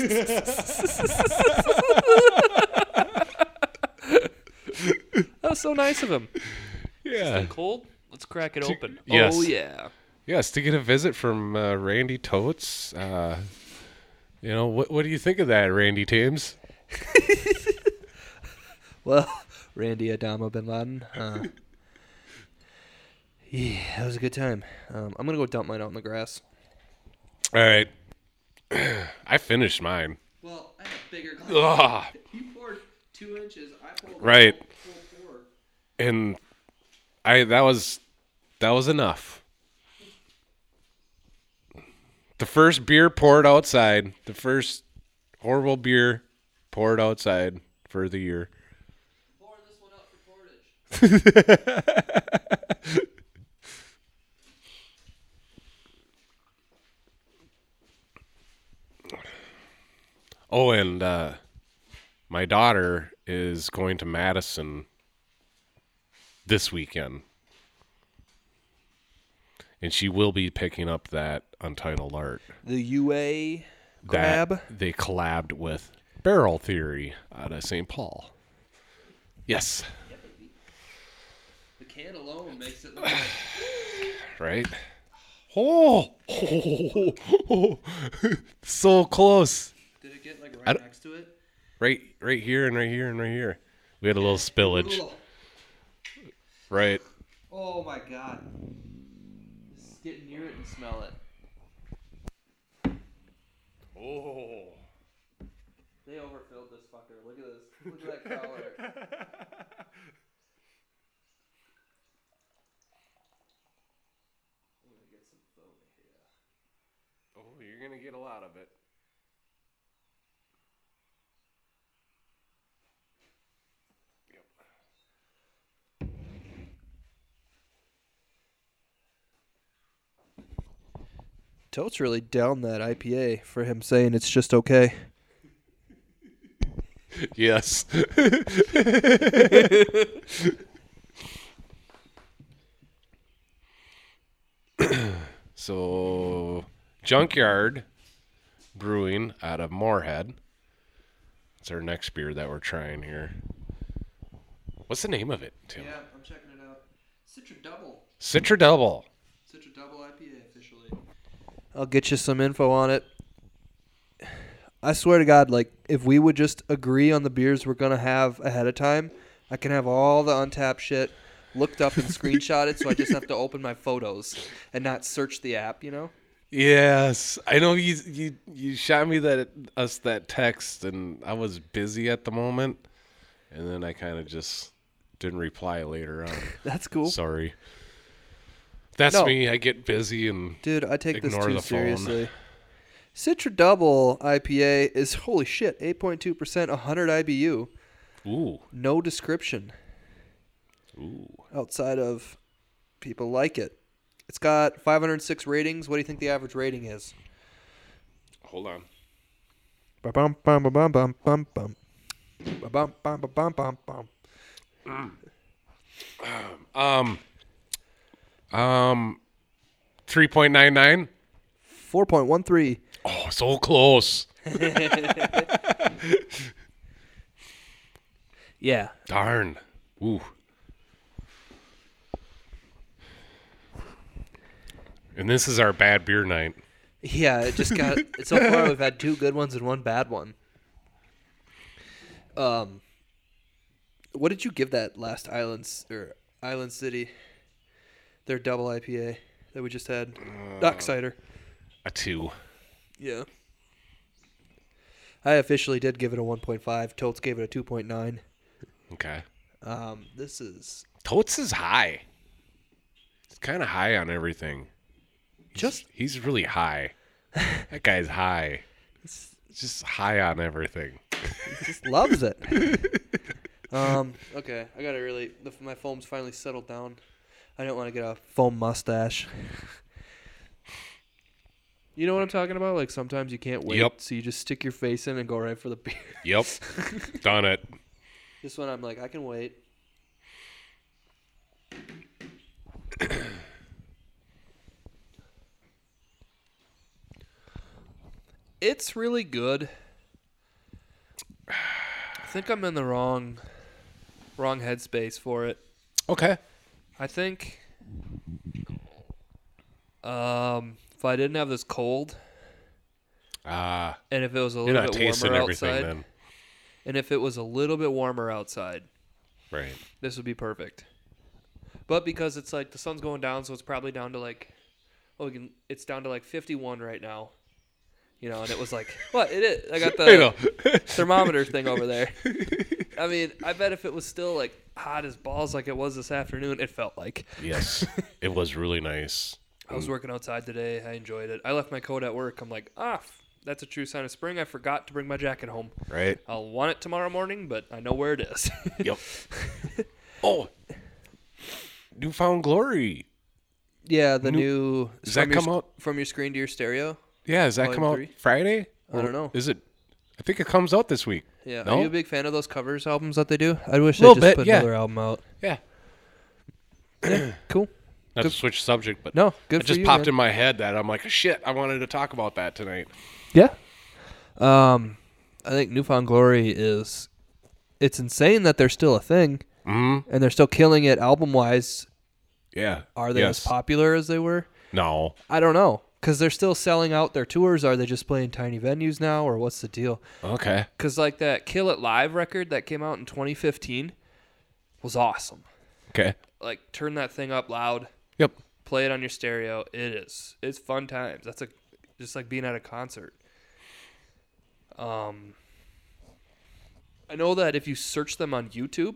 S2: that was so nice of him.
S3: Yeah.
S2: Cold? Let's crack it open.
S3: Yes.
S2: Oh yeah.
S3: Yes, to get a visit from uh, Randy Totes. Uh, you know, what what do you think of that, Randy Thames?
S2: Well, Randy Adama Bin Laden. Uh, yeah, that was a good time. Um, I'm gonna go dump mine out in the grass.
S3: All right. <clears throat> I finished mine.
S5: Well, I have bigger glass.
S3: Ugh.
S5: You poured two inches. I poured
S3: Right.
S5: full pour.
S3: And I that was that was enough. The first beer poured outside, the first horrible beer poured outside for the year.
S5: Pour this one up for portage.
S3: Oh, and uh, my daughter is going to Madison this weekend. And she will be picking up that Untitled Art
S2: The UA
S3: that
S2: grab.
S3: they collabed with Barrel Theory out of St. Paul. Yes,
S5: The can alone makes
S2: <laughs>
S5: it look like
S3: right? Oh, <laughs> so close.
S5: Did it get like
S3: I
S5: right
S3: don't-
S5: next to it?
S3: Right, right here and right here and right here. We had a little spillage,
S5: Ugh.
S3: right?
S5: Oh my god. Just get near it and smell it.
S3: Oh.
S5: They overfilled this fucker. Look at this. Look at that
S2: <laughs>
S5: color.
S3: Oh, you're gonna get a lot of it.
S2: Totes really down that IPA for him saying it's just okay.
S3: Yes. <laughs> so, Junkyard Brewing out of Moorhead. It's our next beer that we're trying here. What's the name of it, Tim?
S5: Yeah, I'm checking it out. Citra Double.
S3: Citra Double.
S5: Citra Double IPA officially.
S2: I'll get you some info on it. I swear to God, like if we would just agree on the beers we're gonna have ahead of time, I can have all the untapped shit looked up and screenshotted, so I just have to open my photos and not search the app. You know?
S3: Yes, I know you you you shot me that us that text, and I was busy at the moment, and then I kind of just didn't reply later on.
S2: That's cool,
S3: Sorry. That's
S2: No.
S3: me. I get busy and
S2: dude. I take this
S3: Ignore
S2: too
S3: the phone.
S2: seriously. Citra Double IPA is holy shit, eight point two percent, hundred IBU.
S3: ooh
S2: No description.
S3: ooh.
S2: outside of people like it. It's got 506 ratings. What do you think the average rating is?
S3: Hold on.
S2: Ba-bum, bum, ba-bum, bum, bum, bum. Ba-bum, bum, ba-bum, bum, bum.
S3: Um, Three point nine nine.
S2: 4.13.
S3: Oh, so close.
S2: Yeah.
S3: Darn. Ooh. And this is our bad beer night.
S2: Yeah, it just <laughs> got. so far, we've had two good ones and one bad one. Um, what did you give that last island s- or Island City? Their double IPA that we just had, Dock cider.
S3: A two.
S2: Yeah. I officially did give it a 1.5. Totes gave it a 2.9.
S3: Okay.
S2: Um, this is
S3: Totes is high. He's kind of high on everything.
S2: just <laughs>
S3: He's really high. that guy's high. He's just high on everything.
S6: He just loves
S2: <laughs>
S6: it. Um,
S2: Okay, I gotta really. The, my foam's finally settled down. I don't want to get a.
S6: foam mustache.
S2: You know what I'm talking about? Like sometimes you can't wait,
S3: Yep.
S2: so you just stick your face in and go right for the beer. <laughs>
S3: Yep. Done it.
S2: This one, I'm like, I can wait. <clears throat> it's really good. I think I'm in the wrong, wrong headspace for it.
S3: Okay.
S2: I think um, if I didn't have this cold
S3: Ah,
S2: and if it was a
S3: you're
S2: little
S3: not
S2: bit
S3: tasting
S2: warmer
S3: everything
S2: outside
S3: then.
S2: and if it was a little bit warmer outside,
S3: Right.
S2: this would be perfect. But because it's like the sun's going down, so it's probably down to like oh, we can, it's down to like 51 right now. You know, and it was like <laughs> what it is. <laughs> I got the
S3: You <laughs> know.
S2: thermometer thing over there. I mean, I bet if it was still like hot as balls like it was this afternoon, it felt like.
S3: yes. It was really nice.
S2: I was working outside today. I enjoyed it. I left my coat at work. I'm like, ah, f- that's a true sign of spring. I forgot to bring my jacket home.
S3: Right.
S2: I'll want it tomorrow morning, but I know where it is. <laughs>
S3: Yep. oh. Newfound Glory.
S2: yeah, the new.
S3: Does that
S2: from your
S3: come
S2: sc-
S3: out?
S2: from your screen to your stereo?
S3: Yeah, does that
S2: Volume
S3: come out
S2: three?
S3: Friday?
S2: I don't know.
S3: Is it? I think it comes out this week.
S2: Yeah.
S3: No?
S2: Are you a big fan of those covers albums that they do? I wish they
S3: Little
S2: just
S3: bit,
S2: put
S3: yeah.
S2: another album out.
S3: Yeah.
S2: Cool.
S3: Not to switch subject, but
S2: No, good
S3: it
S2: for
S3: just
S2: you,
S3: popped
S2: man.
S3: in my head that I'm like, shit, I wanted to talk about that tonight.
S2: Yeah. Um, I think Newfound Glory is. It's insane that they're still a thing,
S3: Mm-hmm.
S2: and they're still killing it album wise.
S3: Yeah.
S2: Are they
S3: yes.
S2: as popular as they were?
S3: No.
S2: I don't know because they're still selling out their tours. Are they just playing tiny venues now, or what's the deal?
S3: Okay.
S2: Because like that Kill It Live record that came out in 2015 was awesome.
S3: Okay.
S2: Like turn that thing up loud,
S3: Yep.
S2: play it on your stereo. It is. It's fun times. That's like just like being at a concert. Um, I know that if you search them on YouTube,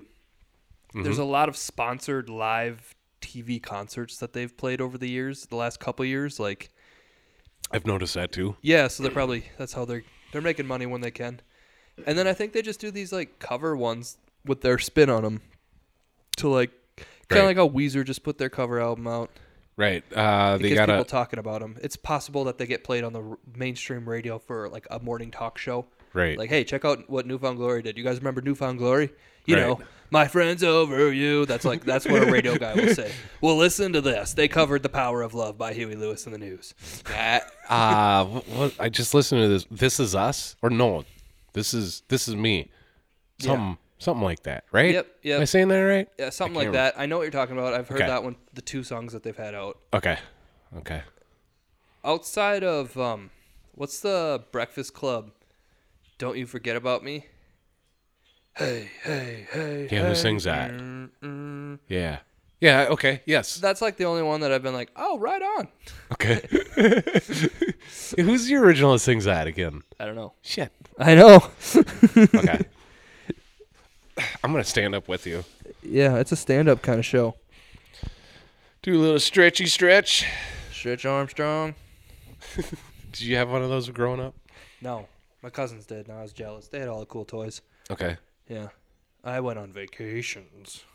S2: there's a lot of sponsored live TV concerts that they've played over the years, the last couple years, like.
S3: I've noticed that too.
S2: Yeah, so they're probably that's how they're they're making money when they can. And then I think they just do these like cover ones with their spin on them to like kind
S3: Right.
S2: of like how Weezer just put their cover album out.
S3: Right. Uh,
S2: It
S3: they
S2: gets
S3: got
S2: people
S3: a
S2: talking about them. It's possible that they get played on the r- mainstream radio for like a morning talk show.
S3: right. <laughs>
S2: Like, hey, check out what Newfound Glory did. You guys remember Newfound Glory? You
S3: Right.
S2: know, my friends over you. That's like that's what a radio guy will
S3: <laughs>
S2: say. Well, listen to this. They covered "The Power of Love" by Huey Lewis in the news.
S3: that. Uh, what, what, I just listened to this. This is us, or no? This is this is me. Something something like that, right?
S2: Yep, yep.
S3: Am I saying that right?
S2: Yeah, something like
S3: can't
S2: that. I know what you're talking about. I've heard
S3: Okay.
S2: that one, the two songs that they've had out.
S3: Okay. Okay.
S2: Outside of um, what's the Breakfast Club? Don't you forget about me?
S3: Yeah. Who sings that? Yeah. Yeah. Okay. Yes.
S2: That's like the only one that I've been like, oh, right on.
S3: Okay. <laughs> Who's the original that sings that again?
S2: I don't know.
S3: Shit.
S2: I know.
S3: <laughs> Okay. I'm gonna stand up with you.
S2: yeah, it's a stand-up kind of show.
S3: Do a little stretchy stretch.
S2: Stretch Armstrong.
S3: Did you have one of those growing up?
S2: No, my cousins did, and I was jealous. They had all the cool toys.
S3: Okay.
S2: Yeah, I went on <laughs> vacations.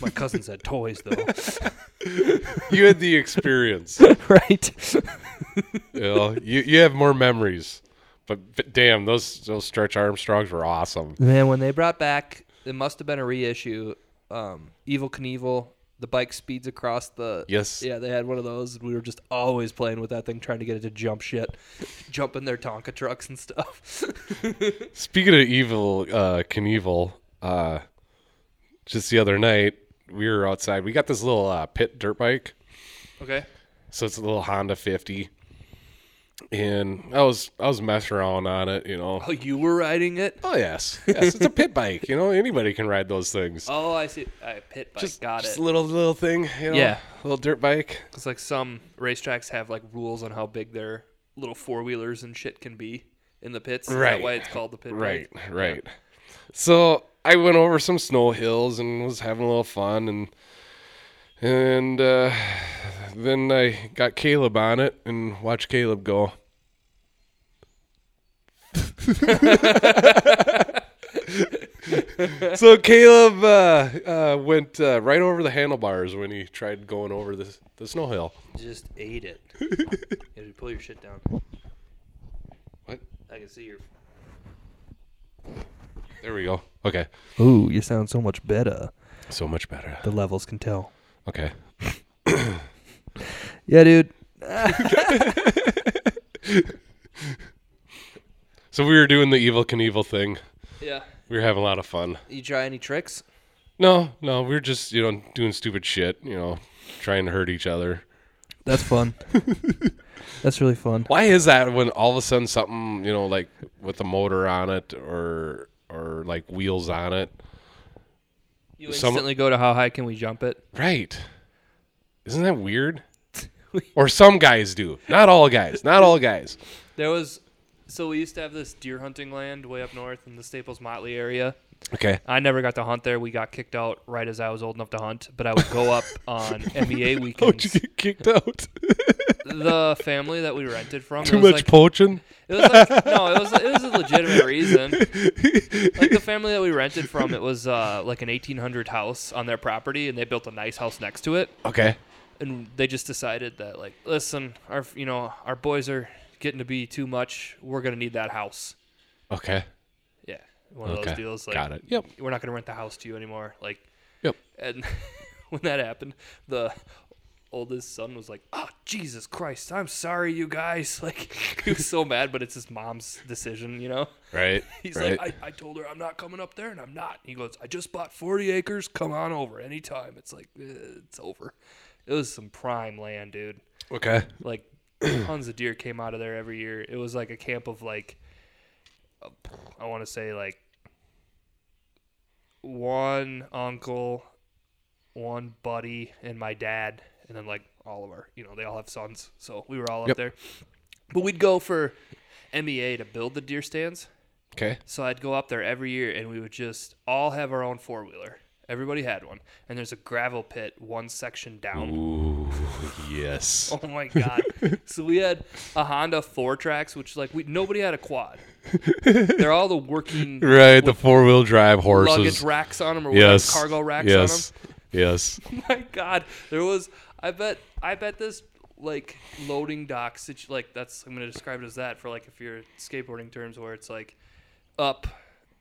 S2: my cousins had toys though.
S3: You had the <laughs> experience.
S2: <laughs> <laughs> right.
S3: you, know, you you have more memories. But, but damn, those those Stretch Armstrongs were awesome.
S2: Man, when they brought back, it must have been a reissue. Um, Evil Knievel, the bike speeds across the.
S3: Yes.
S2: Yeah, they had one of those. We were just always playing with that thing, trying to get it to jump shit, <laughs> jump in their Tonka trucks and stuff. <laughs>
S3: Speaking of evil, uh, Knievel, uh, just the other night we were outside. We got this little uh, pit dirt bike.
S2: okay.
S3: so it's a little Honda 50. And I was I was messing around on it, you
S2: <laughs>
S3: know.
S2: Oh, you were riding it?
S3: Oh yes, yes, it's a pit <laughs> bike. You know, anybody can ride those things.
S2: Oh, I see. I pit bike.
S3: just
S2: Got
S3: just
S2: it.
S3: little little thing, you know,
S2: Yeah.
S3: little dirt bike.
S2: It's like some racetracks have like rules on how big their little four wheelers and shit can be in the pits. Is
S3: Right.
S2: That why it's called the pit bike?
S3: Right, right. So I went over some snow hills and was having a little fun, and and uh, then I got Caleb on it and watched Caleb go. <laughs> so Caleb uh, uh, went uh, right over the handlebars when he tried going over the the snow hill.
S7: Just ate
S2: <laughs>
S7: it. you pull your shit down.
S3: What?
S7: I can see your.
S3: There we go. Okay,
S7: Ooh, you sound so much better.
S3: so much better.
S7: The levels can tell.
S3: Okay,
S7: Yeah, dude.
S3: so we were doing the evil Knievel thing.
S2: Yeah.
S3: We were having a lot of fun.
S7: You try any tricks?
S3: No, no, we were just you know doing stupid shit. You know, trying to hurt each other.
S7: That's
S2: <laughs>
S7: fun. That's really fun.
S3: Why is that when all of a sudden something, you know, like with a motor on it or or like wheels on it?
S2: You
S3: Some-
S2: instantly go to how high can we jump it?
S3: Right. Isn't
S2: <laughs>
S3: that weird? or some guys do. Not all guys. Not all guys.
S2: There was so we used to have this deer hunting land way up north in the Staples Motley area.
S3: <laughs> Okay.
S2: I never got to hunt there. We got kicked out right as I was old enough to hunt, but I would go <laughs> up on NBA
S3: How'd you
S2: weekends.
S3: get kicked out? <laughs>
S2: the family that we rented from
S3: Too
S2: it was
S3: much
S2: like,
S3: poaching?
S2: It was like no, it was it was a legitimate
S3: <laughs>
S2: reason. Like the family that we rented from, it was uh, like an 1800 house on their property, and they built a nice house next to it.
S3: Okay.
S2: And they just decided that like, listen, our you know our boys are getting to be too much. We're gonna need that house.
S3: Okay.
S2: Yeah, one of
S3: Okay.
S2: those deals. Like,
S3: Got it. Yep.
S2: We're not gonna rent the house to you anymore. Like,
S3: Yep.
S2: and <laughs> when that happened, the oldest son was like, "Oh Jesus Christ, I'm sorry, <laughs> you guys." Like he was <laughs> so mad, but it's his mom's decision, you know.
S3: Right.
S2: <laughs> He's
S3: right.
S2: like, I, I told her I'm not coming up there, and I'm not. He goes, I just bought 40 acres. Come on over anytime. It's like, eh, it's over. It was some prime land, dude.
S3: okay.
S2: Like, tons of deer came out of there every year. It was like a camp of like, uh, I want to say like one uncle, one buddy, and my dad, and then like all of our, you know, they all have sons. So we were all
S3: Yep.
S2: up there. But we'd go for MEA to build the deer stands. <laughs>
S3: Okay.
S2: So I'd go up there every year and we would just all have our own four wheeler. Everybody had one. And there's a gravel pit one section down.
S3: Ooh, yes.
S2: <laughs> Oh my god. so we had a Honda four tracks, which like we nobody had a quad. They're all the
S3: <laughs>
S2: working
S3: Right. The four wheel drive horses.
S2: luggage racks on them or whatever,
S3: yes.
S2: cargo racks <laughs>
S3: yes. Yes.
S2: on them. my god. There was I bet I bet this like loading dock situ- like that's I'm gonna describe it as that for like if you're skateboarding terms where it's like up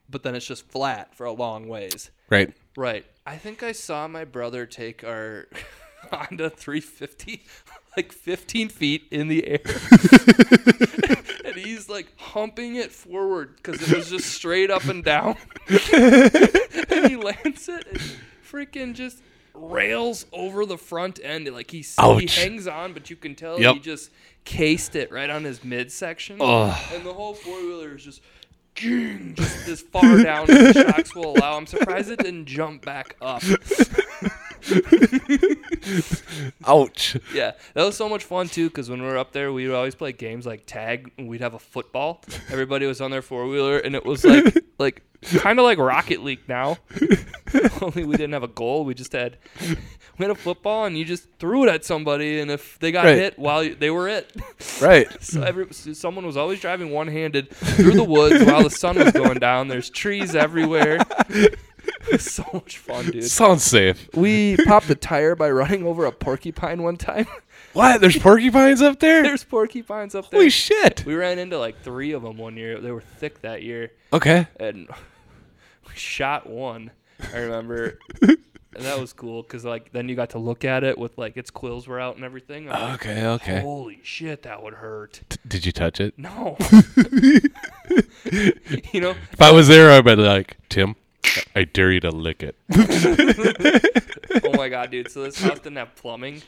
S2: but then it's just flat for a long ways.
S3: Right.
S2: Right. I think I saw my brother take our <laughs> Honda 350 like 15 feet in the air. <laughs> and he's like humping it forward because it was just straight up and down. <laughs> and he lands it and freaking just rails over the front end. Like he, s- he
S3: Ouch.
S2: hangs on, but you can tell
S3: Yep.
S2: he just cased it right on his midsection.
S3: Ugh.
S2: And the whole four wheeler is just ging, just as far down as the shocks will allow. I'm surprised it didn't jump back up.
S3: Ouch.
S2: Yeah, that was so much fun too. Because when we were up there, we would always play games like tag. and We'd have a football. Everybody was on their four wheeler, and it was <laughs> like like kind of like Rocket League now. <laughs> Only we didn't have a goal. We just had we had a football, and you just threw it at somebody, and if they got
S3: Right.
S2: hit, while you, they were it. <laughs>
S3: Right.
S2: So every so someone was always driving one handed through the woods while the sun was going down. There's trees <laughs> everywhere. It's so much fun, dude.
S3: Sounds safe.
S2: We popped a tire by running over a porcupine one time.
S3: What? There's porcupines up there?
S2: There's porcupines up there.
S3: Holy shit.
S2: we ran into like three of them one year. They were thick that year,
S3: Okay.
S2: and <laughs> we shot one. I remember, and that was cool because like then you got to look at it with like its quills were out and everything. I'm like,
S3: Okay. Okay.
S2: Holy shit, that would hurt.
S3: D- did you touch <laughs> it?
S2: No. <laughs> you know,
S3: If I was there, I'd be like, Tim, I dare you to lick it.
S2: oh my god, dude. So this house didn't have plumbing.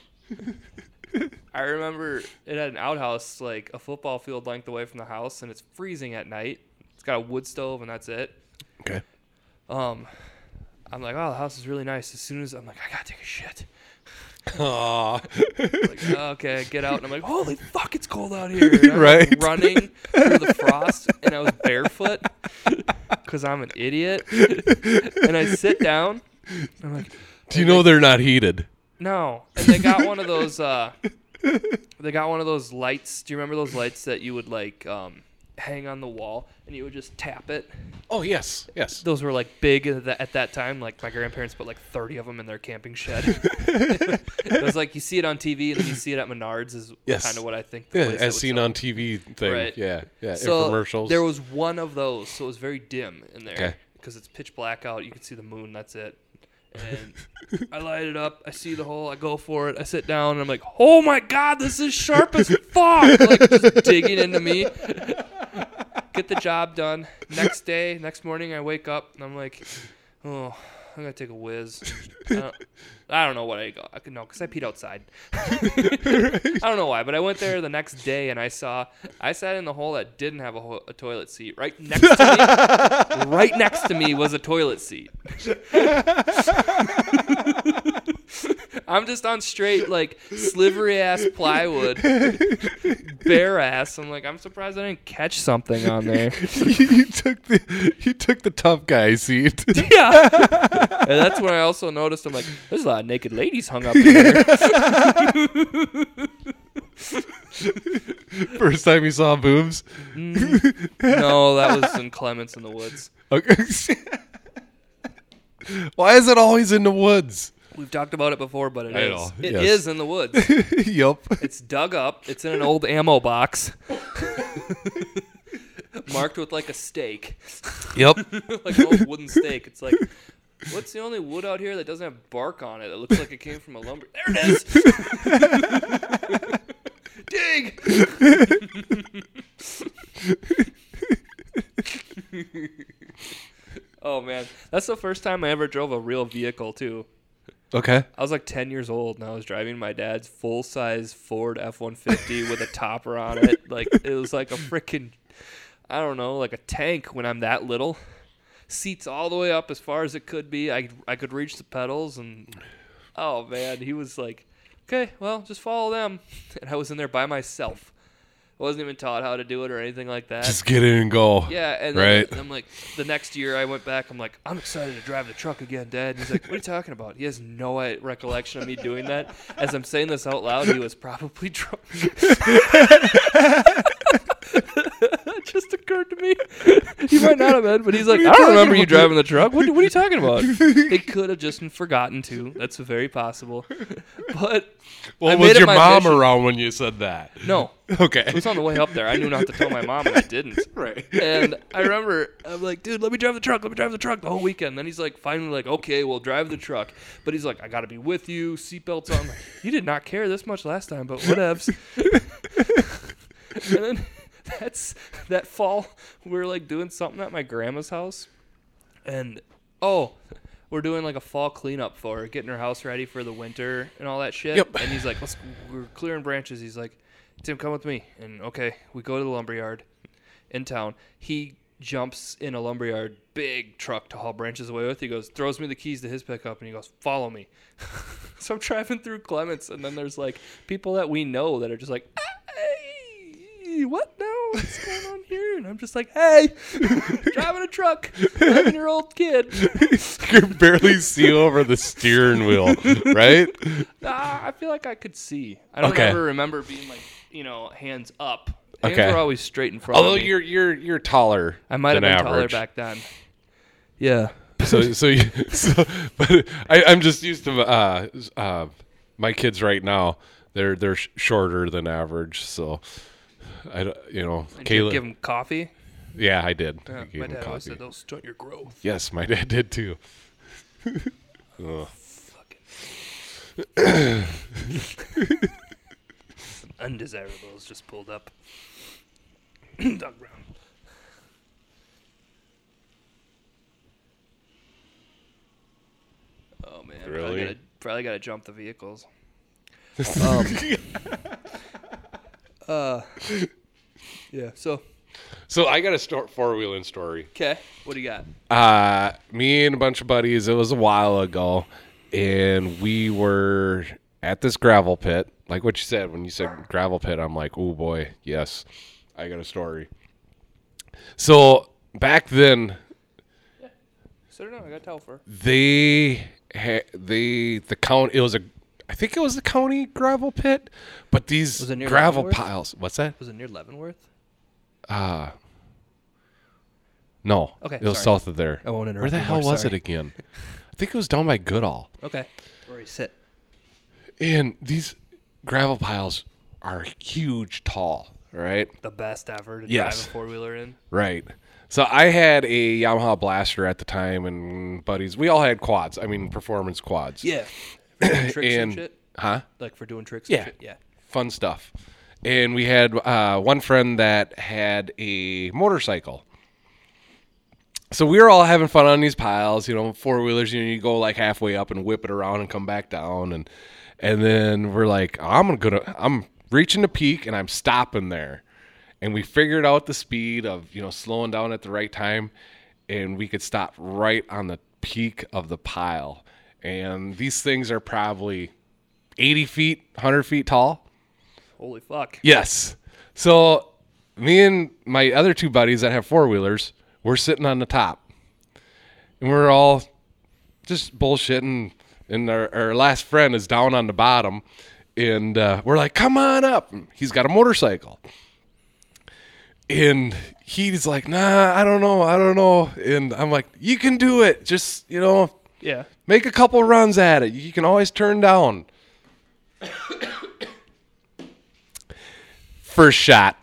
S2: I remember it had an outhouse like a football field length away from the house, and it's freezing at night. It's got a wood stove, and that's it.
S3: Okay.
S2: Um, I'm like, oh, the house is really nice. As soon as I'm like, I gotta take a <laughs> shit.
S3: Aw.
S2: Like, "Oh, okay, I get out, and I'm like, holy fuck, it's cold out here. And I'm, like,
S3: <laughs> Right.
S2: running through the frost, and I was <laughs> barefoot because I'm an idiot. and I sit down. and I'm like,
S3: Do you know they're not heated?
S2: No. And they got one of those uh they got one of those lights. Do you remember those lights that you would like um hang on the wall, and you would just tap it.
S3: Oh yes, yes.
S2: Those were like big at that, at that time. Like my grandparents put like 30 of them in their camping
S3: <laughs>
S2: shed. it was like you see it on TV, and then you see it at Menards is
S3: Yes.
S2: kind of what I think. the
S3: yeah,
S2: place that would
S3: as seen
S2: sell
S3: on TV thing.
S2: Right.
S3: Yeah, yeah.
S2: so
S3: Infomercials. <laughs>
S2: There was one of those, so it was very dim in there
S3: Okay.
S2: because it's pitch black out. You can see the moon. That's it. And I light it up. I see the hole. I go for it. I sit down. And I'm like, oh my god, this is sharp as fuck. Like just digging into me. Get the job done. Next day, next morning, I wake up and I'm like, oh. I'm gonna take a whiz. I don't, I don't know what I got. I could no, cause I peed outside. <laughs> I don't know why, but I went there the next day and I saw I sat in the hole that didn't have a, ho- a toilet seat. Right next to me, right next to me was a toilet seat. I'm just on straight like slivery ass plywood, bare ass. I'm like I'm surprised I didn't catch something on
S3: <laughs>
S2: there.
S3: you took the you took the tough guy seat. <laughs>
S2: yeah, and that's when I also noticed I'm like there's a lot of naked ladies hung up here.
S3: First time you saw boobs.
S2: no, that was in Clements in the woods.
S3: Okay. <laughs> Why is it always in the woods? <laughs>
S2: We've talked about it before, but it
S3: I
S2: is.
S3: know,
S2: It
S3: yes.
S2: is in the woods.
S3: yup.
S2: It's dug up. It's in an old ammo box, <laughs> marked with like a stake,
S3: Yup.
S2: like an old wooden stake. It's like, what's the only wood out here that doesn't have bark on it? It looks like it came from a lumber. There it is. Dig. oh man, that's the first time I ever drove a real vehicle too.
S3: Okay.
S2: I was like 10 years old and I was driving my dad's full size Ford F 150 with a topper on it. Like, it was like a freaking, I don't know, like a tank when I'm that little. Seats all the way up as far as it could be. I, I could reach the pedals and, oh man, he was like, okay, well, just follow them. <laughs> And I was in there by myself. I wasn't even taught how to do it or anything like that.
S3: <laughs> Just get in and go.
S2: Yeah, and then
S3: Right.
S2: I'm like, the next year I went back. I'm like, I'm excited to drive the truck again, Dad. And he's like, What are you talking about? He has no i- recollection of me doing that. As I'm saying this out loud, he was probably drunk. <laughs> It just occurred to me. He might not have been, but he's like, I don't remember you driving the truck. What, what are you talking about? It could have just been forgotten too. That's very possible. But
S3: Well,
S2: I made
S3: was
S2: it
S3: your
S2: my
S3: mom
S2: mission-
S3: around when you said that?
S2: no,
S3: Okay.
S2: it was on the way up there. I knew not to tell my mom, and I didn't.
S3: <laughs> Right.
S2: And I remember I'm like, dude, let me drive the truck, let me drive the truck the whole weekend. Then he's like, finally, like, okay, we'll drive the truck. But he's like, I gotta be with you, seatbelts on. I'm like, you did not care this much last time, but whatevs. and then that's that fall, we we're like doing something at my grandma's house, and oh. We're doing like a fall cleanup for her, getting her house ready for the winter and all that shit.
S3: Yep.
S2: And he's like, Let's, we're clearing branches. He's like, Tim, come with me. And okay, we go to the lumberyard in town. He jumps in a lumberyard, big truck to haul branches away with. He goes, throws me the keys to his pickup, and he goes, "Follow me." <laughs> so I'm driving through Clements, and then there's like people that we know that are just like, "Hey, what now? <laughs> What's going on here?" And I'm just like, "Hey, <laughs> driving a truck, eleven year old kid.
S3: you could barely see over the steering wheel,
S2: <laughs>
S3: right?
S2: Ah, I feel like I could see. I don't
S3: Okay.
S2: ever remember being like, you know, hands up." Hands
S3: Okay.
S2: were always straight in front.
S3: Although
S2: of me.
S3: you're you're you're taller.
S2: I might have
S3: than
S2: been taller
S3: Oh, average.
S2: back then. <laughs> Yeah.
S3: So so you, <laughs> so but I, I'm just used to uh, uh, my kids right now. They're they're sh- shorter than average. So I don't- you know
S2: Did you
S3: Caleb.
S2: give him coffee?
S3: yeah, I did. I gave
S2: My
S3: him
S2: dad always
S3: coffee.
S2: said they'll stunt your growth.
S3: Yes, my <laughs> dad did too. Ugh.
S2: Undesirables just pulled up. <clears throat> Doug Brown. Oh man,
S3: Really?
S2: probably gotta, probably gotta jump the vehicles. Yeah. So
S3: So I got a stor four wheeling story.
S2: okay, what do you got?
S3: Uh, me and a bunch of buddies. It was a while ago, and we were at this gravel pit. Like what you said when you said gravel pit, I'm like, oh boy, yes, I got a story. So back then,
S2: So no, I got tell for.
S3: they ha- they the count. It was a, I think it was the county gravel pit, but these
S2: it near
S3: gravel
S2: Leavenworth?
S3: piles. What's that?
S2: Was it near Leavenworth?
S3: Ah, No.
S2: Okay,
S3: It was
S2: sorry.
S3: south of there.
S2: I won't
S3: Where
S2: interrupt
S3: the
S2: you
S3: hell
S2: more,
S3: was
S2: sorry.
S3: it
S2: <laughs>
S3: again? I think it was down by Goodall.
S2: Okay. Where we sit.
S3: And these gravel piles are huge, tall, right?
S8: The best ever to
S3: Yes.
S8: drive a four wheeler in.
S3: Right. So I had a Yamaha Blaster at the time, and buddies, we all had quads. I mean, performance quads. <clears throat>
S2: Yeah. For doing tricks and,
S3: and
S2: shit.
S3: huh?
S2: Like for doing tricks
S3: Yeah.
S2: and shit. Yeah.
S3: Fun stuff. And we had uh, one friend that had a motorcycle. So we were all having fun on these piles, you know, four wheelers. You know, you go like halfway up and whip it around and come back down, and and then we're like, I'm gonna, I'm reaching the peak and I'm stopping there, and we figured out the speed of you know slowing down at the right time, and we could stop right on the peak of the pile, and these things are probably 80 feet, 100 feet tall.
S8: Holy fuck.
S3: Yes. So me and my other two buddies that have four wheelers, we're sitting on the top, and we're all just bullshitting. And our, our last friend is down on the bottom, and uh, we're like, "Come on up!" And He's got a motorcycle, and he's like, "Nah, I don't know, I don't know." And I'm like, "You can do it. Just you know,
S8: Yeah.
S3: make a couple runs at it. You can always turn down." <coughs> First shot,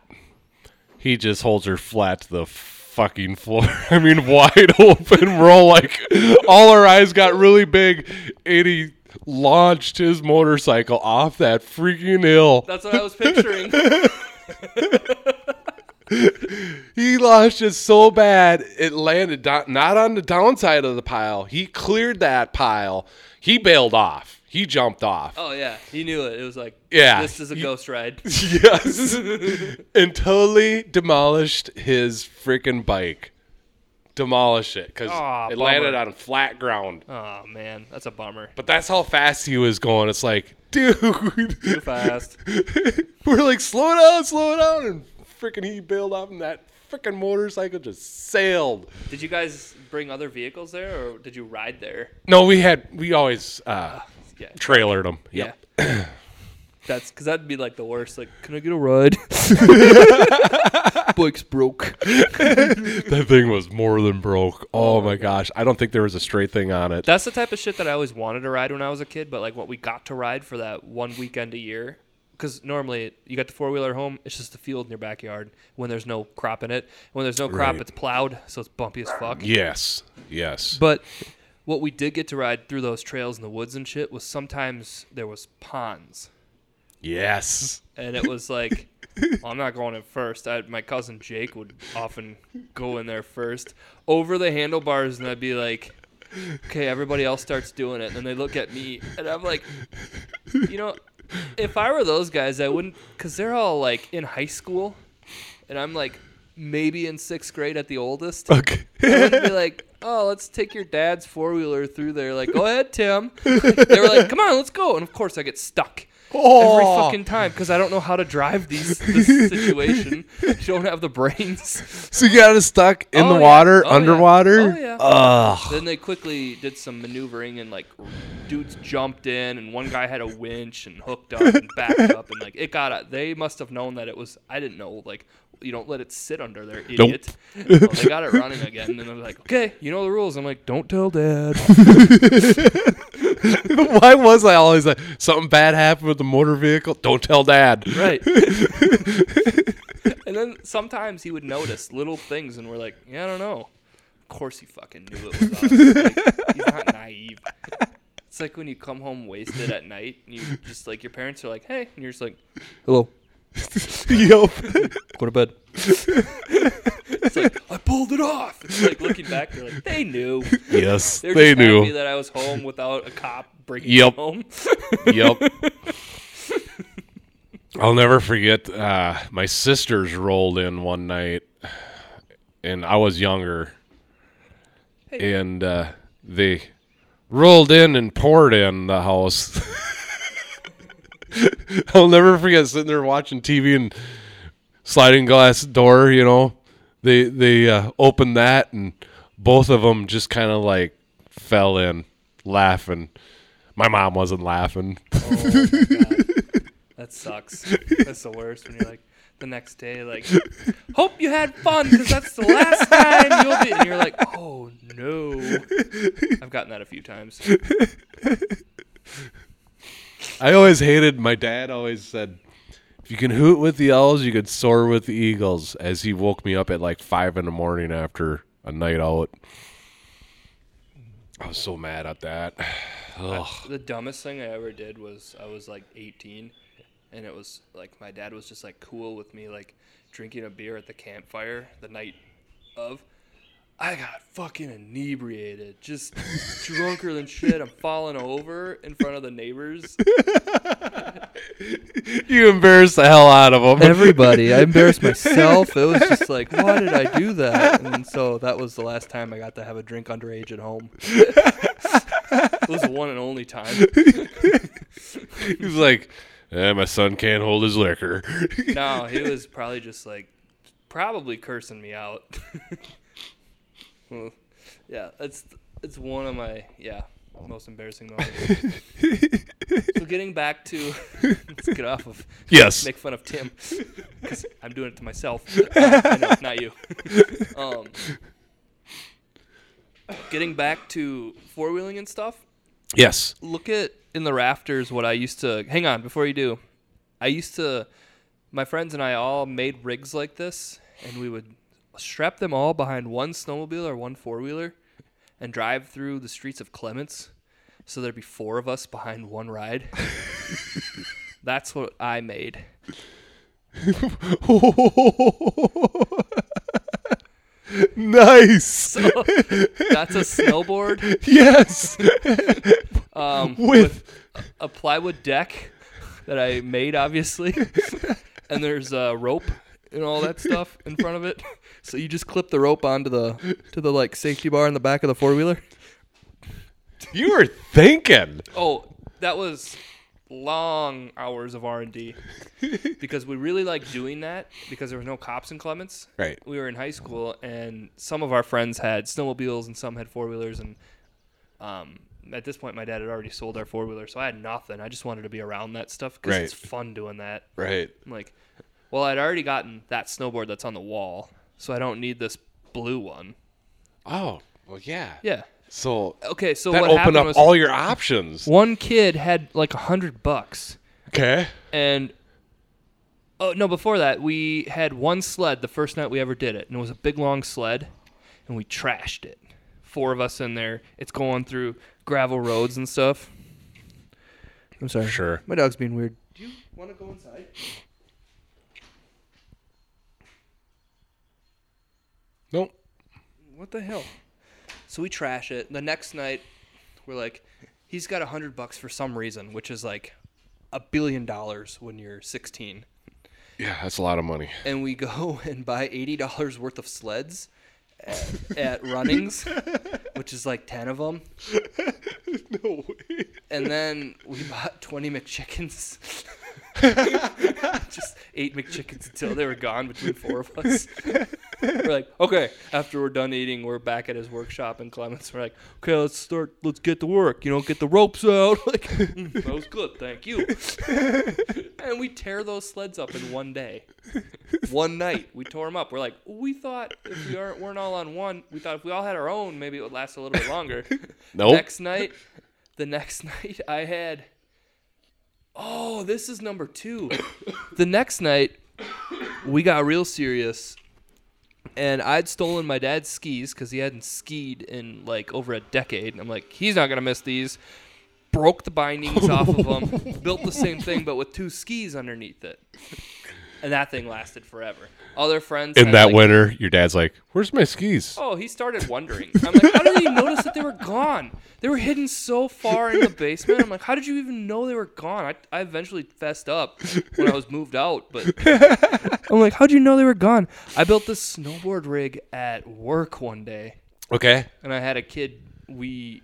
S3: he just holds her flat to the fucking floor. <laughs> I mean, wide <laughs> open. We're all like, all our eyes got really big, and he launched his motorcycle off that freaking hill.
S8: That's what I
S3: <laughs>
S8: was picturing.
S3: He launched it so bad it landed do- not on the downside of the pile. He cleared that pile. He bailed off. He jumped off.
S8: oh yeah. He knew it. It was like
S3: Yeah.
S8: this is a
S3: You-
S8: ghost ride.
S3: Yes. and totally demolished his freaking bike. Demolished it because
S8: Aw,
S3: it landed
S8: Ah, bummer.
S3: on flat ground.
S8: Oh man, that's a bummer.
S3: But that's how fast he was going. It's like, dude.
S8: Too fast.
S3: <laughs> We're like, slow down, slow down. And freaking he bailed off, and that freaking motorcycle just sailed.
S8: Did you guys bring other vehicles there, or did you ride there?
S3: No, we had, we always uh,
S8: Yeah.
S3: trailered him.
S8: Yeah. That's because that'd be like the worst. Like, can I get a ride? <laughs> Bike's broke.
S3: <laughs> That thing was more than broke. Oh my gosh. I don't think there was a straight thing on it.
S8: That's the type of shit that I always wanted to ride when I was a kid, but like what we got to ride for that one weekend a year. Because normally you got the four wheeler home, it's just the field in your backyard when there's no crop in it. When there's no crop,
S3: Right.
S8: it's plowed, so it's bumpy as fuck.
S3: yes. Yes.
S8: But what we did get to ride through those trails in the woods and shit was sometimes there was ponds,
S3: Yes.
S8: and it was like, well, I'm not going in first. I, my cousin Jake would often go in there first over the handlebars, and I'd be like, okay, everybody else starts doing it, and then they look at me, and I'm like, you know, if I were those guys, I wouldn't, because they're all like in high school, and I'm like maybe in sixth grade at the oldest.
S3: Okay. <laughs>
S8: I wouldn't be like, oh, let's take your dad's four wheeler through there. Like, go ahead, Tim. they were like, come on, let's go. And of course, I get stuck every
S3: Oh.
S8: fucking time because I don't know how to drive
S3: <laughs>
S8: these this situation. I don't have the brains.
S3: so you got us stuck in
S8: Oh,
S3: the
S8: yeah.
S3: water,
S8: Oh, yeah.
S3: underwater.
S8: Oh, yeah.
S3: Ugh. <laughs>
S8: then they quickly did some maneuvering and like dudes jumped in and one guy had a winch and hooked up and backed up and like it got. out. They must have known that it was. I didn't know like. You don't let it sit under there, idiot. Well, they got it running again, and then they're like, "Okay, you know the rules." I'm like, "Don't tell dad."
S3: Why was I always like something bad happened with the motor vehicle? Don't tell dad.
S8: Right. and then sometimes he would notice little things, and we're like, yeah, I don't know. Of course he fucking knew it was us. Like, he's not naive. It's like when you come home wasted at night, and you just like your parents are like, hey, and you're just like,
S2: Hello.
S3: <laughs>
S8: <laughs>
S3: Yup.
S2: Go to bed.
S8: it's like I pulled it off. It's like looking back, they're like, they knew.
S3: yes.
S8: They're
S3: They
S8: just happy
S3: knew.
S8: that I was home without a cop breaking
S3: Yep.
S8: home.
S3: Yup. I'll never forget uh, my sisters rolled in one night, and I was younger, and uh, they rolled in and poured in the house. <laughs> I'll never forget sitting there watching TV and sliding glass door. You know, they they uh, opened that, and both of them just kind of like fell in laughing. My mom wasn't laughing.
S8: That sucks. That's the worst when you're like, the next day, like, hope you had fun because that's the last time you'll be. And you're like, oh no. I've gotten that a few times.
S3: I always hated my dad always said if you can hoot with the owls, you could soar with the eagles as he woke me up at like five in the morning after a night out. I was so mad at that. Ugh.
S8: The dumbest thing I ever did was I was like 18, and it was like my dad was just like cool with me like drinking a beer at the campfire the night of. I got fucking inebriated, just drunker than shit. I'm falling over in front of the neighbors.
S3: <sighs> You embarrassed the hell out of him. <laughs>
S2: Everybody, I <laughs> embarrassed myself. It was just like, why did I do <laughs> that? And so that was the last time I got to have a drink underage at home.
S8: It was the one and only time.
S3: He's like, eh, my son can't hold his liquor. <laughs>
S8: No, he was probably just like, probably cursing me out. <laughs> Well, yeah, it's it's one of my yeah most embarrassing moments. so getting back to <laughs> let's get off of
S3: yes.
S8: <laughs> make fun of Tim because I'm doing it to myself, <laughs> Uh, I know, not you. um, getting back to four wheeling and stuff
S3: <laughs> Yes.
S8: look at in the rafters what I used to hang on before you do. I used to my friends and I all made rigs like this and we would strap them all behind one snowmobile or one four wheeler and drive through the streets of Clements so there'd be four of us behind one ride. That's what I made.
S3: nice.
S8: That's a
S3: <laughs>
S8: snowboard,
S3: yes.
S8: um,
S3: With
S8: a plywood deck that I
S2: <laughs>
S8: made obviously. and there's a rope
S2: and all that stuff in front of it. So you just clip the rope onto the to the like safety bar in the back of the four wheeler.
S3: you were thinking.
S8: Oh, that was long hours of
S3: <laughs>
S8: R&D because we really liked doing that because there was no cops in Clements.
S3: Right.
S8: We were in high school and some of our friends had snowmobiles and some had four-wheelers and um at this point my dad had already sold our four-wheeler so I had nothing. I just wanted to be around that stuff cuz it's
S3: Right.
S8: fun doing that.
S3: Right.
S8: I'm like, well, I'd already gotten that snowboard that's on the wall, so I don't need this blue one.
S3: Oh, well, yeah.
S8: Yeah.
S3: So
S8: Okay, so
S3: that
S8: what
S3: opened
S8: happened
S3: up
S8: was
S3: all your options.
S8: one kid had like a 100 bucks
S3: Okay.
S8: and oh no before that we had one sled the first night we ever did it and it was a big long sled and we trashed it four of us in there it's going through gravel roads and stuff
S2: I'm sorry.
S3: Sure.
S2: My dog's being weird.
S5: Want to go inside?
S3: Nope.
S8: what the hell so we trash it the next night we're like he's got a hundred bucks for some reason which is like a billion dollars when you're 16
S3: Yeah, that's a lot of money.
S8: and we go <laughs> and buy eighty dollars worth of sleds
S3: <laughs>
S8: at, at Runnings, which is like ten of them.
S3: No way.
S8: And then we bought twenty
S3: <laughs>
S8: McChickens. Just ate McChickens until they were gone between four of us. we're like, okay. After we're done eating, we're back at his workshop in Clements. We're like, okay, let's start. Let's get to work. You know, get the ropes out. <laughs> like, "Mm, that was good.
S3: <laughs>
S8: Thank you. and we tear those sleds up in one day one night we tore them up. We're like, we thought if we aren't, weren't all on one, we thought if we all had our own, maybe it would last a little bit longer.
S3: Nope.
S8: Next night, the next <laughs> night I had. Oh, this is number two. the next night, we got real serious, and I'd stolen my dad's skis because he hadn't skied in like over a decade. And I'm like, he's not gonna miss these. Broke the bindings off of
S3: <laughs>
S8: them, built the same thing but with two skis underneath it, and that thing lasted forever. Other friends
S3: In
S8: had,
S3: that
S8: like,
S3: winter, your dad's like, "Where's my skis?"
S8: Oh, he started wondering. I'm like, how did he notice that they were gone? They were hidden so far in the basement. I'm like, how did you even know they were gone? I, I eventually fessed up when I was moved out, but I'm like, how'd you know they were gone? I built this snowboard rig at work one day,
S3: Okay.
S8: and I had a kid, we,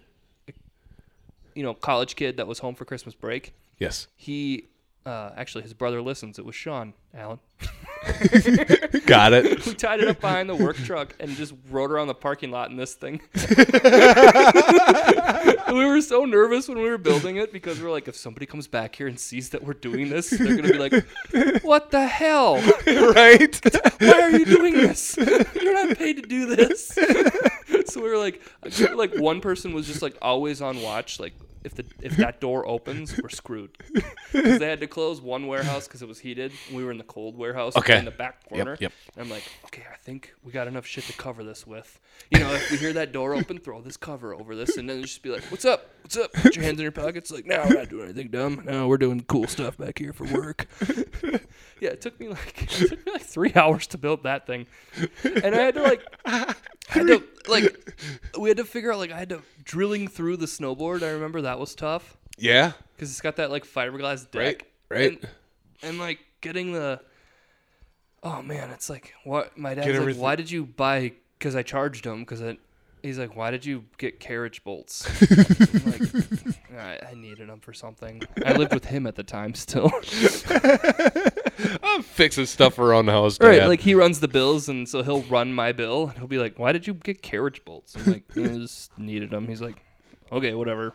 S8: you know, college kid that was home for Christmas break.
S3: Yes.
S8: He Uh, actually, his brother listens. It was Sean Allen.
S9: Got it.
S3: <laughs>
S8: We tied it up behind the work truck and just rode around the parking lot in this thing. <laughs> we were so nervous when we were building it because we were like, if somebody comes back here and sees that we're doing this, they're gonna be like, "What the hell?
S9: right?
S3: <laughs>
S8: Why are you doing this? You're not paid to do this." <laughs> so we were like, I feel like one person was just like always on watch, like. If, the, if that door opens, we're screwed. 'Cause they had to close one warehouse because it was heated. We were in the cold warehouse
S9: Okay.
S8: in the back corner.
S3: yep.
S8: And I'm like, okay, I think we got enough shit to cover this with. You know, if we hear that door open, throw this cover over this, and then just be like, what's up? What's up? Put your hands in your pockets. Like, no, we're not doing anything dumb. No, we're doing cool stuff back here for
S3: <laughs>
S8: work. yeah, it took me like <laughs> it took me like three hours to build that thing, and I had
S3: <laughs>
S8: to like. I had to, like we had to figure out like I had to drilling through the snowboard. I remember that was tough
S9: Yeah.
S8: because it's got that like fiberglass
S9: Right,
S8: deck,
S9: right.
S8: And, and like getting the, oh man, it's like what my dad's like.
S9: everything-
S8: Why did you buy? Because I charged him. Because he's like, why did you get carriage bolts?
S9: <laughs>
S8: I'm like, I, I needed them for something. I lived with him at the time still.
S3: I'm fixing stuff around the house.
S8: right,
S3: Dad.
S8: like he runs the bills, and so he'll run my bill, and he'll be like, why did you get carriage bolts? I'm like, I just needed them. He's like. Okay, whatever.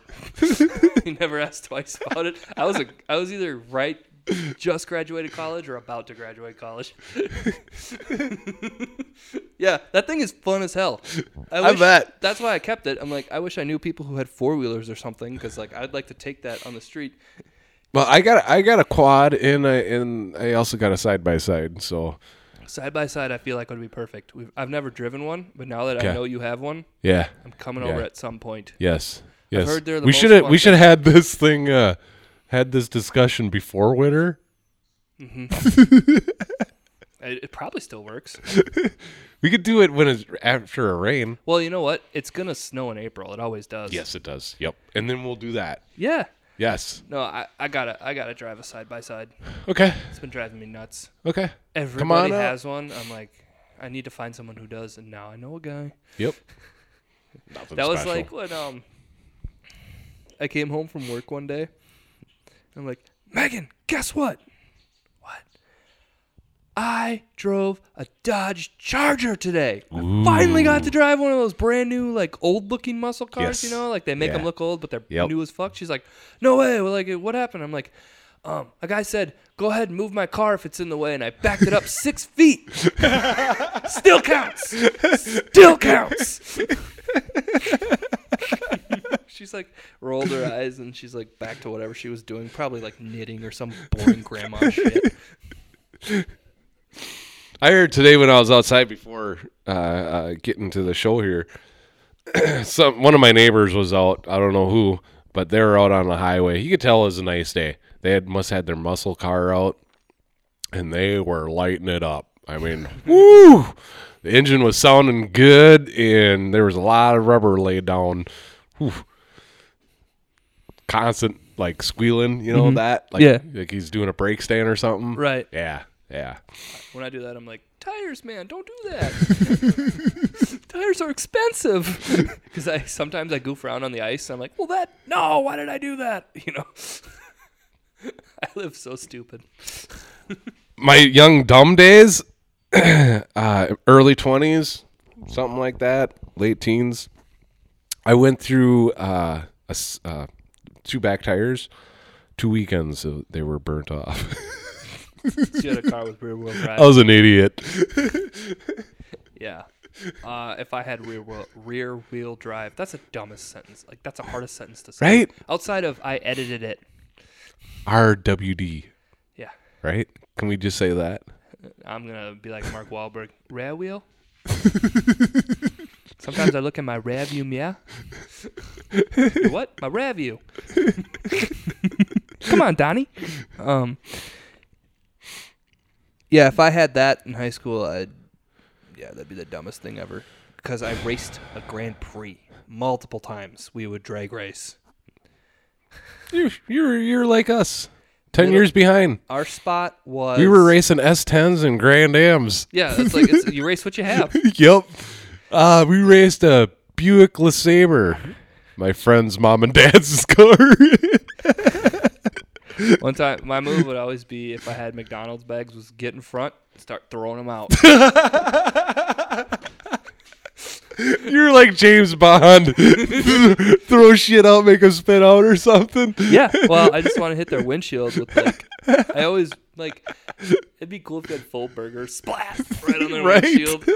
S8: <laughs> he never asked twice about it. I was a, I was either right, just graduated college or about to graduate college. <laughs> yeah, that thing is fun as hell.
S9: I
S8: wish-
S9: bet.
S8: That's why I kept it. I'm like, I wish I knew people who had four wheelers or something, because like I'd like to take that on the street.
S3: Well, I got I got a quad and I and I also got a side by side. So
S8: Side by side, I feel like would be perfect. We've, I've never driven one, but now that I
S3: Okay.
S8: know you have one,
S3: yeah,
S8: I'm coming
S3: Yeah.
S8: over at some point.
S3: yes, yes.
S8: heard they're the
S3: we
S8: most
S3: should have
S8: fun
S3: we should have had this thing uh had this discussion before winter.
S8: It, it probably still works. <laughs>
S3: We could do it when it's after a rain.
S8: well, you know what? It's gonna snow in April. It always does.
S3: Yes, it does. Yep, and then we'll do that.
S8: Yeah.
S3: Yes.
S8: No, I, I gotta I gotta drive a side by side.
S3: Okay.
S8: It's been driving me nuts.
S3: Okay.
S8: Everybody
S3: up.
S8: has one. I'm like, I need to find someone who does, and now I know a guy.
S3: Yep. Nothing
S8: That was
S3: special.
S8: like when um I came home from work one day. I'm like, Megan, guess what? What? I drove a Dodge Charger today. I finally got to drive one of those brand new, like old looking muscle cars. You
S3: Yes.
S8: know, like they make
S3: Yeah.
S8: them look old, but they're
S3: Yep.
S8: new as fuck. She's like, no way. Well, like, what happened? I'm like, um, a guy said, go ahead and move my car if it's in the way, and I backed
S3: <laughs>
S8: it up six feet. Still counts. Still counts. She's like rolled her eyes and she's like back to whatever she was doing, probably like knitting or some
S3: <laughs>
S8: boring grandma shit.
S3: I heard today when I was outside before uh, uh, getting to the show here, <clears throat> some one of my neighbors was out. I don't know who, but they were out on the highway. You could tell it was a nice day. They had must had their muscle car out, and they were lighting it up. I
S8: <laughs>
S3: mean, woo! The engine was sounding good, and there was a lot of rubber laid down. Whew. Constant like squealing, you know that? Like,
S8: Mm-hmm. Yeah.
S3: like he's doing a brake stand or something.
S8: Right.
S3: Yeah. Yeah.
S8: When I do that, I'm like, tires, man, don't do that. tires are expensive. <laughs> Because I sometimes I goof around on the ice. And I'm like, well, that no, why did I do that? <laughs> You know. <laughs> I live so stupid.
S3: my young dumb days, <clears throat> uh, early twenties, something like that, late teens. I went through uh, a s uh, two back tires, two weekends. So they were burnt off. <laughs>
S8: She had a car with rear wheel drive.
S3: I was an idiot.
S8: Yeah. Uh, if I had rear wheel, rear wheel drive, that's the dumbest sentence. Like that's the hardest sentence to say.
S3: Right?
S8: Outside of I edited it.
S3: RWD.
S8: Yeah.
S3: Right? Can we just say that?
S8: I'm gonna be like <laughs> Mark Wahlberg. Rear wheel. Sometimes I look at my rear view mirror. Your what? My rear view. Come on, Donnie. Um.
S2: Yeah, if I had that in high school, I'd yeah, that'd be the dumbest thing ever. Because I raced a Grand Prix multiple times. We would drag race.
S3: You're you're, you're like us. Ten years behind.
S2: Our spot was
S3: We were racing S10s and Grand Ams.
S8: Yeah, it's like it's, you race what you have.
S3: yep. Uh, we raced a Buick <laughs> LeSabre. My friend's mom and dad's car.
S8: One time, my move would always be if I had McDonald's bags, was get in front, start throwing them out.
S9: You're like James
S3: <laughs>
S9: Bond. Throw shit out, make them spit out or something.
S3: <laughs>
S8: yeah. Well, I just want to hit their windshield with like. I always like. It'd be cool if you had full burger splash right on
S3: <laughs>
S8: their
S9: Right.
S8: windshield.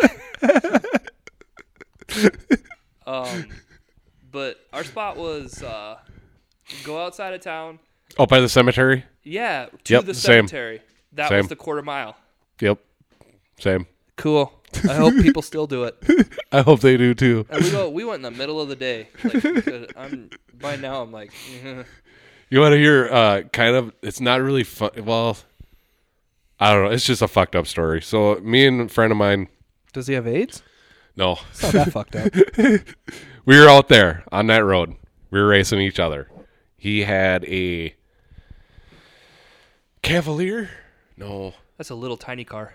S8: um, but our spot was uh, go outside of town.
S3: Oh, by the cemetery.
S8: Yeah, to
S3: Yep,
S8: the
S3: same.
S8: cemetery. That
S3: Same.
S8: was the quarter mile.
S3: Yep. Same.
S8: Cool. I hope people still do it.
S3: I hope they do too.
S8: And we go. We went in the middle of the day. Like, 'cause I'm by now. I'm like,
S3: You want to hear? Uh, kind of. It's not really fun. Well, I don't know. It's just a fucked up story. So me and a friend of mine.
S2: Does he have AIDS?
S3: No,
S2: It's not that fucked up.
S3: we were out there on that road. We were racing each other. He had a Cavalier. No,
S8: that's a little tiny car.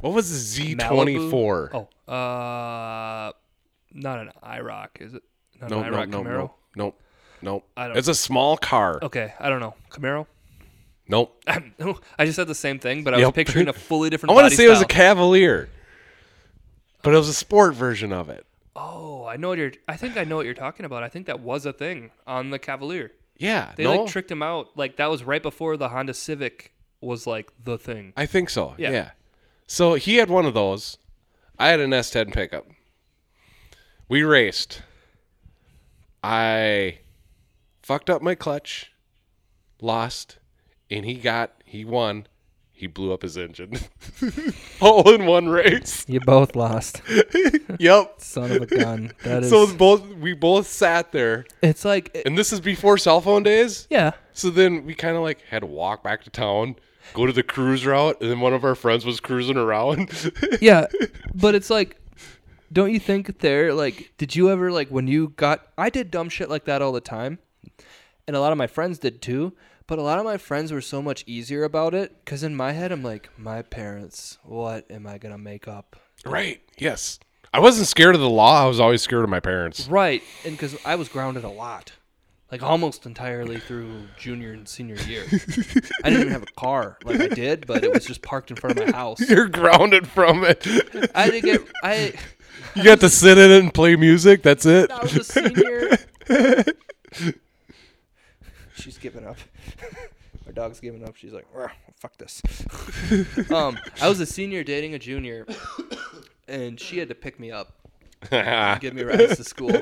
S3: what was the Z twenty four?
S8: Oh, uh, not an IROC, is it? Not
S3: no,
S8: an
S3: no,
S8: IROC
S3: no,
S8: Camaro.
S3: no, no, no.
S8: I don't- Oh,
S3: It's a small car.
S8: Okay, I don't know Camaro. <laughs>
S3: Nope.
S8: I just said the same thing, but I was
S3: Yep. <laughs>
S8: picturing a fully different.
S3: I want to
S8: body
S3: say it was a
S8: style.
S3: Cavalier, but it was a sport version of it.
S8: Oh, I know what you're. I think I know what you're talking about. I think that was a thing on the Cavalier.
S3: Yeah,
S8: They
S3: no,
S8: like tricked him out. Like that was right before the Honda Civic was like the thing.
S3: I think so.
S8: Yeah.
S3: Yeah. So he had one of those. I had an S10 pickup. We raced. I fucked up my clutch, lost, and he got, he won. He blew up his engine. <laughs> All in one race.
S2: You both
S3: <laughs>
S2: lost.
S3: Yep.
S2: Son of a gun. <laughs> That is.
S3: So it's both we both sat there,
S2: it's like. it-
S3: and this is before cell phone days.
S2: yeah.
S3: So then we kind of like had to walk back to town, go to the cruise route, and then one of our friends was cruising around. <laughs>
S2: Yeah. But it's like. Don't you think there, like, did you ever, like, when you got. I did dumb shit like that all the time. And a lot of my friends did too. But a lot of my friends were so much easier about it. Because in my head, I'm like, my parents, what am I going to make up?
S3: Right. Yes. I wasn't scared of the law. I was always scared of my parents. <laughs>
S2: Right, and because I was grounded a lot, like almost entirely through junior and senior year. I didn't even have a car like I did, but it was just parked in front of my house.
S3: You're grounded from
S8: <laughs>
S3: it. You
S2: I didn't get. I,
S3: got to sit in it and play music. That's it.
S2: I was a
S3: <laughs>
S2: senior. She's giving up. <laughs> Our dog's giving up. She's like, "Rah, fuck
S3: <laughs>
S2: this. um, I was a senior dating a junior, and she had to pick me up, give me rides to
S3: <laughs>
S2: school.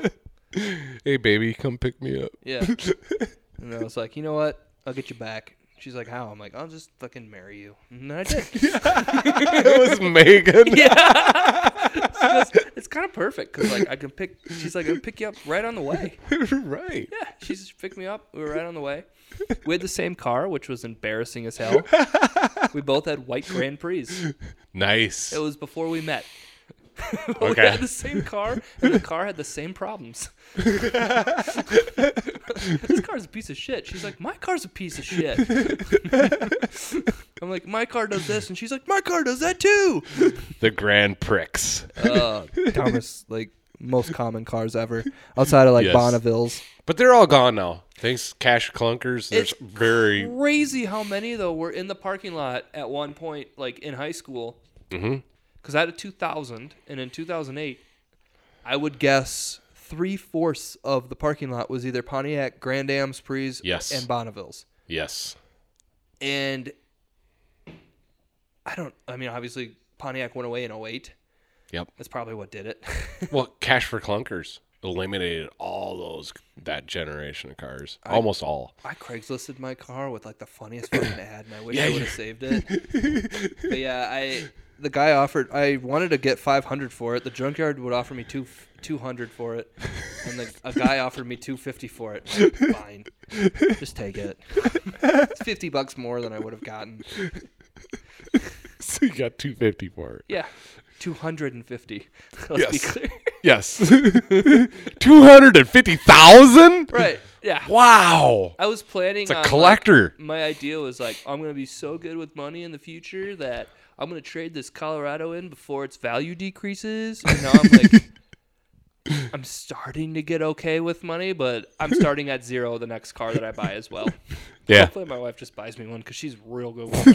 S3: hey, baby, come pick me up.
S2: Yeah. and I was like, you know what? I'll get you back. She's like, how? I'm like, I'll just fucking marry you. And I did.
S3: <laughs> It was
S8: <laughs>
S3: Megan. <laughs>
S8: It's kind of perfect because like I can pick. She's like, I can pick you up right on the way. <laughs>
S3: right.
S8: Yeah, she just picked me up. We were right on the way. We had the same car, which was embarrassing as hell. we both had white Grand Prix.
S3: Nice.
S8: It was before we met. <laughs> we
S3: Okay.
S8: had the same car, and the car had the same problems. <laughs> this car's a piece of shit. She's like, my car's a piece of shit. <laughs> I'm like, my car does this, and she's like, my car does that too.
S3: the Grand Prix.
S2: Thomas, like most common cars ever, outside of like
S3: Yes.
S2: Bonnevilles.
S3: But they're all gone now. Thanks, Cash Clunkers. There's
S8: It's
S3: very.
S8: crazy how many though were in the parking lot at one point, like in high school.
S3: Mm-hmm.
S8: Because I had a 2000, and in 2008,
S2: I would guess three fourths of the parking lot was either Pontiac, Grand Ams, Prees,
S3: Yes.
S2: and Bonnevilles.
S3: Yes.
S2: And I don't. I mean, obviously Pontiac went away in 08.
S3: Yep.
S2: That's probably what did it. <laughs>
S3: Well, Cash for Clunkers eliminated all those that generation of cars. Almost all.
S2: I Craigslisted my car with like the funniest fucking ad, and I wish
S3: Yeah,
S2: I would have
S3: you-
S2: saved it. but yeah, I the guy offered. I wanted to get five hundred for it. The junkyard would offer me two two hundred for it, and the, a guy offered me two fifty for it. I'm like, Fine, just take it. It's fifty bucks more than I would have gotten.
S3: <laughs> So you got 250 for it.
S8: yeah, 250. <laughs> Let's be
S3: Yes.
S8: clear.
S3: <laughs> Yes. <laughs> 250,000?
S8: right. Yeah.
S3: Wow.
S8: I was planning.
S3: It's a
S8: on,
S3: collector.
S8: Like, my idea was like, I'm gonna be so good with money in the future that I'm gonna trade this Colorado in before its value decreases. And now I'm like,
S3: <laughs>
S8: I'm starting to get okay with money, but I'm starting at zero the next car that I buy
S3: <laughs>
S8: as well.
S3: Yeah.
S8: Hopefully, my wife just buys me one because she's real good with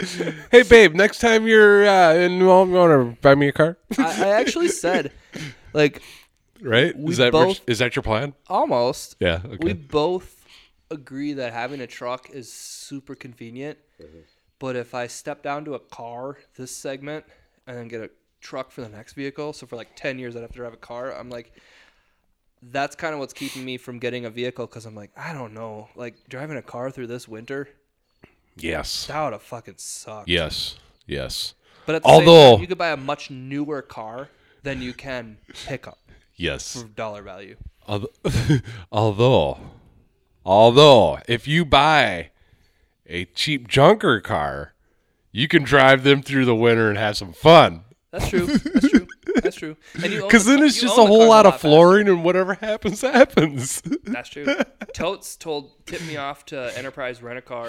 S8: money.
S3: Hey, babe, next time you're uh, in New Ulm, you want to buy me a car?
S8: I, I actually said, like,
S3: <laughs> right?
S8: We
S3: is that your-
S8: both-
S3: is that your plan?
S8: almost.
S3: Yeah. Okay.
S8: We both agree that having a truck is super convenient, but if I step down to a car this segment and then get a truck for the next vehicle, so for like 10 years I'd have to drive a car, I'm like, that's kind of what's keeping me from getting a vehicle because I'm like, I don't know. Like, driving a car through this winter,
S3: yes.
S8: that would have fucking sucked.
S3: Yes. Yes.
S8: But at the same
S3: Although-
S8: time, you could buy a much newer car than you can pick up
S3: Yes.
S8: for dollar value.
S3: Although, <laughs> although, although, if you buy a cheap junker car, you can drive them through the winter and have some fun.
S8: That's true. That's true. That's true.
S3: <laughs> Because then it's just a whole lot of flooring, and whatever <laughs> happens, happens. <laughs>
S8: That's true. Totes told tip me off to Enterprise Rent a Car.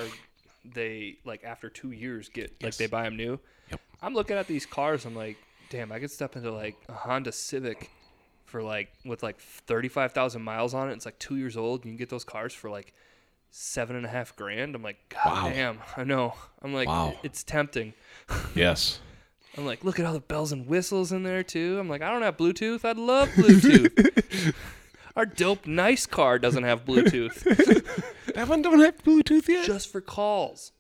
S8: They like after two years get like they buy them new. Yep. I'm looking at these cars. I'm like, damn, I could step into like a Honda Civic for like with like thirty five thousand miles on it. It's like two years old. You can get those cars for like seven and a half grand. I'm like, god damn. I know. I'm like,
S3: Wow.
S8: it's tempting.
S3: yes.
S8: I'm like, look at all the bells and whistles in there too. I'm like, I don't have Bluetooth. I'd love Bluetooth. Our dope nice car doesn't have Bluetooth
S3: That one don't have Bluetooth yet?
S8: just for calls.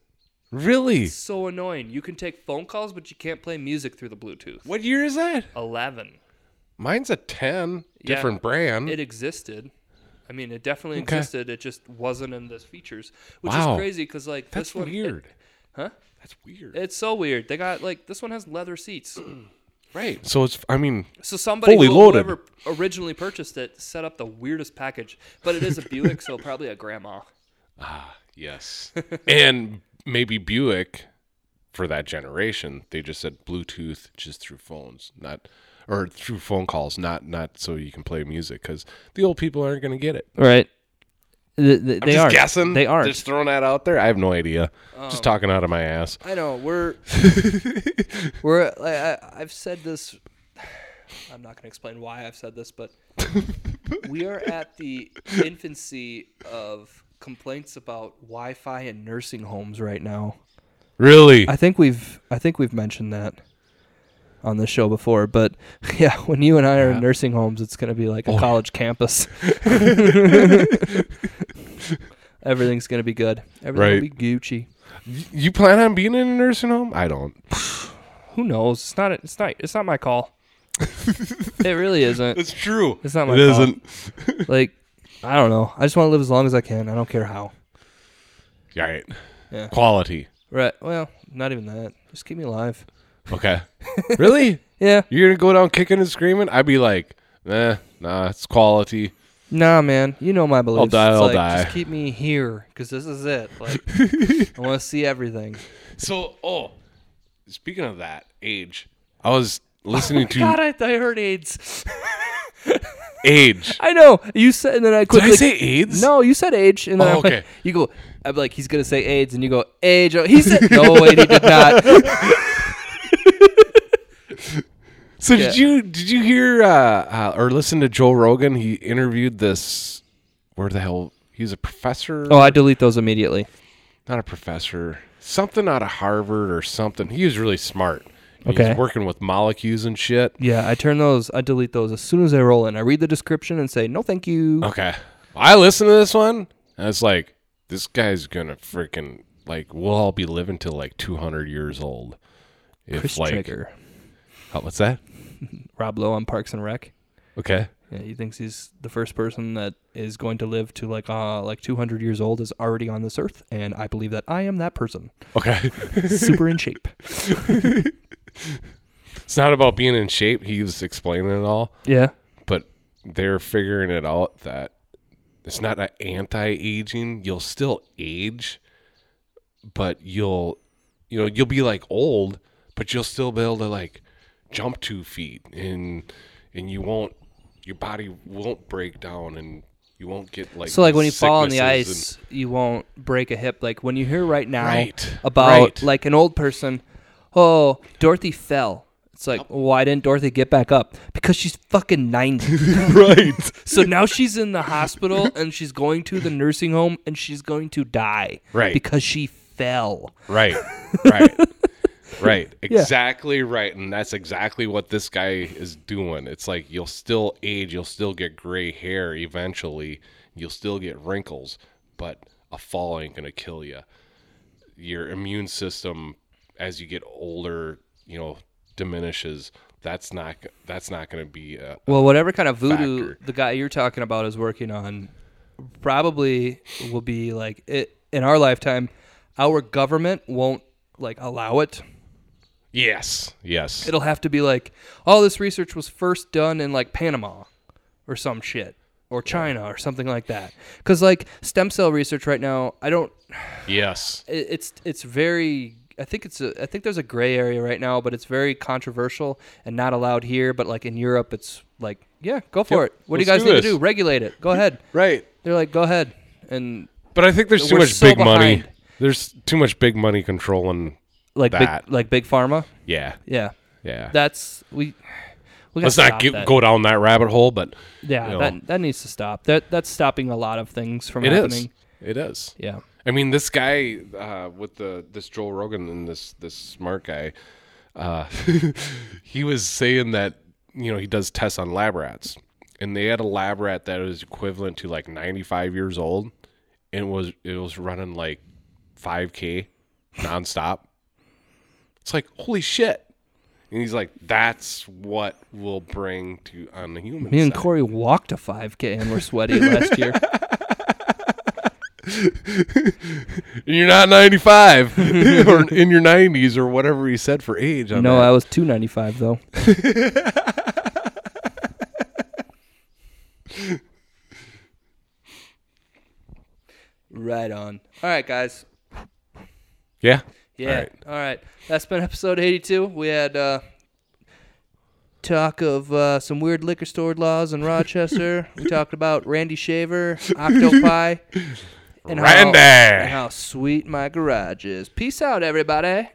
S3: really?
S8: So annoying. You can take phone calls, but you can't play music through the Bluetooth.
S3: What year is that?
S8: Eleven.
S3: Mine's a 10,
S8: Yeah.
S3: different brand.
S8: It existed. I mean, it definitely
S3: Mm. Okay.
S8: existed. It just wasn't in the features, which
S3: Wow.
S8: is crazy because like
S3: That's
S8: this one, it-
S3: weird.
S8: huh?
S3: That's weird.
S8: It's so weird. They got like this one has leather seats.
S3: right. So it's, I mean,
S8: So somebody
S3: Fully
S8: who,
S3: loaded.
S8: whoever originally purchased it set up the weirdest package, but it is a Buick, so probably a grandma.
S3: Ah, <laughs> Yes. and maybe Buick for that generation, they just said Bluetooth just through phones, not or through phone calls, not not so you can play music cuz the old people aren't going to get it.
S2: Right. Th- th-
S3: I'm
S2: they
S3: just
S2: aren't.
S3: guessing.
S2: They aren't.
S3: Just throwing that out there. I have no idea. just talking out of my ass.
S8: I
S3: <laughs>
S8: know we're we're like, I, I've said this. <sighs> I'm not going to explain why I've said this,
S3: <laughs>
S8: but we are at the infancy of complaints about Wi-Fi in nursing homes right now.
S3: Really?
S2: I think we've I think we've mentioned that on the show before, but <laughs> yeah, when you and I are in nursing homes, it's going to be
S3: Oh,
S2: like a college
S3: <laughs>
S2: campus. <laughs> Everything's going to be good. Everything
S3: Right.
S2: will be Gucci.
S3: you plan on being in a nursing home? I don't.
S8: Who knows? It's not. It's not. It's not my call.
S3: <laughs>
S8: it really isn't.
S3: It's true.
S2: It's not my fault. Like I don't know. I just want to live as long as I can. I don't care how.
S3: All right.
S2: Yeah.
S3: Quality.
S2: Right. Well, not even that. Just keep me alive. <laughs>
S3: Okay. really?
S2: Yeah.
S3: You're going to go down kicking and screaming? I'd be like, "Nah, nah, it's quality."
S2: Nah, man. You know my beliefs.
S3: die,
S2: It's
S3: I'll
S2: like,
S3: die.
S2: Just keep me here, cause this is it.
S3: <laughs>
S2: Like I want to see everything.
S3: So, oh, speaking of that age, I was
S2: Oh
S3: listening to
S8: God, I, I heard AIDS.
S3: age.
S2: I know you said, and then I
S3: Did
S2: quickly.
S3: I say AIDS?
S2: No, you said age, and then
S3: Oh,
S2: I'm like-
S3: okay.
S2: <laughs> you go. I'm like, he's gonna say AIDS, and you go age. Oh, He said
S3: <laughs>
S2: no, wait, he did not.
S3: So did you did you hear uh, uh, or listen to Joe Rogan? He interviewed this. Where the hell? He's a professor.
S2: Oh, I delete those immediately.
S3: not a professor. Something out of Harvard or something. He was really smart. He was
S2: Okay.
S3: working with molecules and shit.
S2: Yeah, I turn those. I delete those as soon as they roll in. I read the description and say no, thank you.
S3: Okay. I listened to this one and it's like, this guy's gonna freaking like we'll all be living till like two hundred years old. If
S2: Chris
S3: like
S2: Trigger,
S3: Oh, what's that?
S2: Rob Lowe on Parks and Rec.
S3: Okay.
S2: Yeah, he thinks he's the first person that is going to live to like uh like 200 years old is already on this earth, and I believe that I am that person.
S3: Okay. <laughs>
S2: Super in shape.
S3: it's not about being in shape. He was explaining it all,
S2: Yeah.
S3: but they're figuring it out that it's not an anti-aging. You'll still age, but you'll you know, you'll be like old, but you'll still be able to like jump 2 feet and and you won't your body won't break down and you won't get like
S2: So like when you fall on the
S3: sicknesses
S2: ice, you won't break a hip. Like when you hear right now
S3: Right,
S2: about
S3: right.
S2: like an old person, oh Dorothy fell. It's like, why didn't Dorothy get back up? Because she's fucking 90.
S3: <laughs> right.
S2: <laughs> so now she's in the
S3: <laughs>
S2: hospital and she's going to the nursing home and she's going to die.
S3: Right.
S2: Because she fell. <laughs>
S3: Right. Right. right. Exactly right. And that's exactly what this guy is doing. It's like you'll still age, you'll still get gray hair eventually, you'll still get wrinkles, but a fall ain't going to kill you. Your immune system as you get older, you know, diminishes. That's not that's not going to be a,
S2: Well, whatever kind of voodoo
S3: Factor.
S2: the guy you're talking about is working on probably will be like it in our lifetime our government won't like allow it.
S3: Yes. Yes.
S2: It'll have to be like all this research was first done in like Panama or some shit or China or something like that. Cuz like stem cell research right now, I don't
S3: yes.
S2: it- it's it's very I think it's a, I think there's a gray area right now, but it's very controversial and not allowed here. But like in Europe, it's like, yeah, go for
S3: Yep,
S2: it. What do you guys
S3: let's do
S2: need
S3: this.
S2: to do? Regulate it. Go ahead.
S3: Right.
S2: They're like, go ahead. And
S3: But I think there's too
S2: We're
S3: much
S2: so
S3: big money.
S2: behind.
S3: There's too much big money controlling.
S2: like big,
S3: That.
S2: like big pharma.
S3: Yeah.
S2: Yeah,
S3: Yeah.
S2: that's we. we gotta
S3: Let's not
S2: stop
S3: get,
S2: that.
S3: go down that rabbit hole, but
S2: Yeah,
S3: you know.
S2: that that needs to stop. That that's stopping a lot of things from
S3: it is.
S2: happening.
S3: It is.
S2: Yeah.
S3: I mean, this guy uh, with the this Joel Rogan and this this smart guy, uh, <laughs> he was saying that you know he does tests on lab rats, and they had a lab rat that was equivalent to like 95 years old, and was it was running like 5k nonstop. It's like holy shit. And he's like, "That's what we'll bring to on the human
S2: Me and
S3: side."
S2: Corey walked a 5K and we're sweaty last year.
S3: And you're not
S2: <laughs>
S3: 95 <laughs> or in your 90s or whatever he said for age. On
S2: <laughs> No,
S3: that.
S2: I was 295 <laughs> though. right on. All right, guys.
S3: yeah,
S2: Yeah. All
S3: All
S2: right.
S3: right.
S2: That's been episode 82. We had uh, talk of uh, some weird liquor store laws in <laughs> Rochester. we talked about Randy Shaver, <laughs> Octopi, and how,
S3: Randy.
S2: and how sweet my garage is. Peace out, everybody.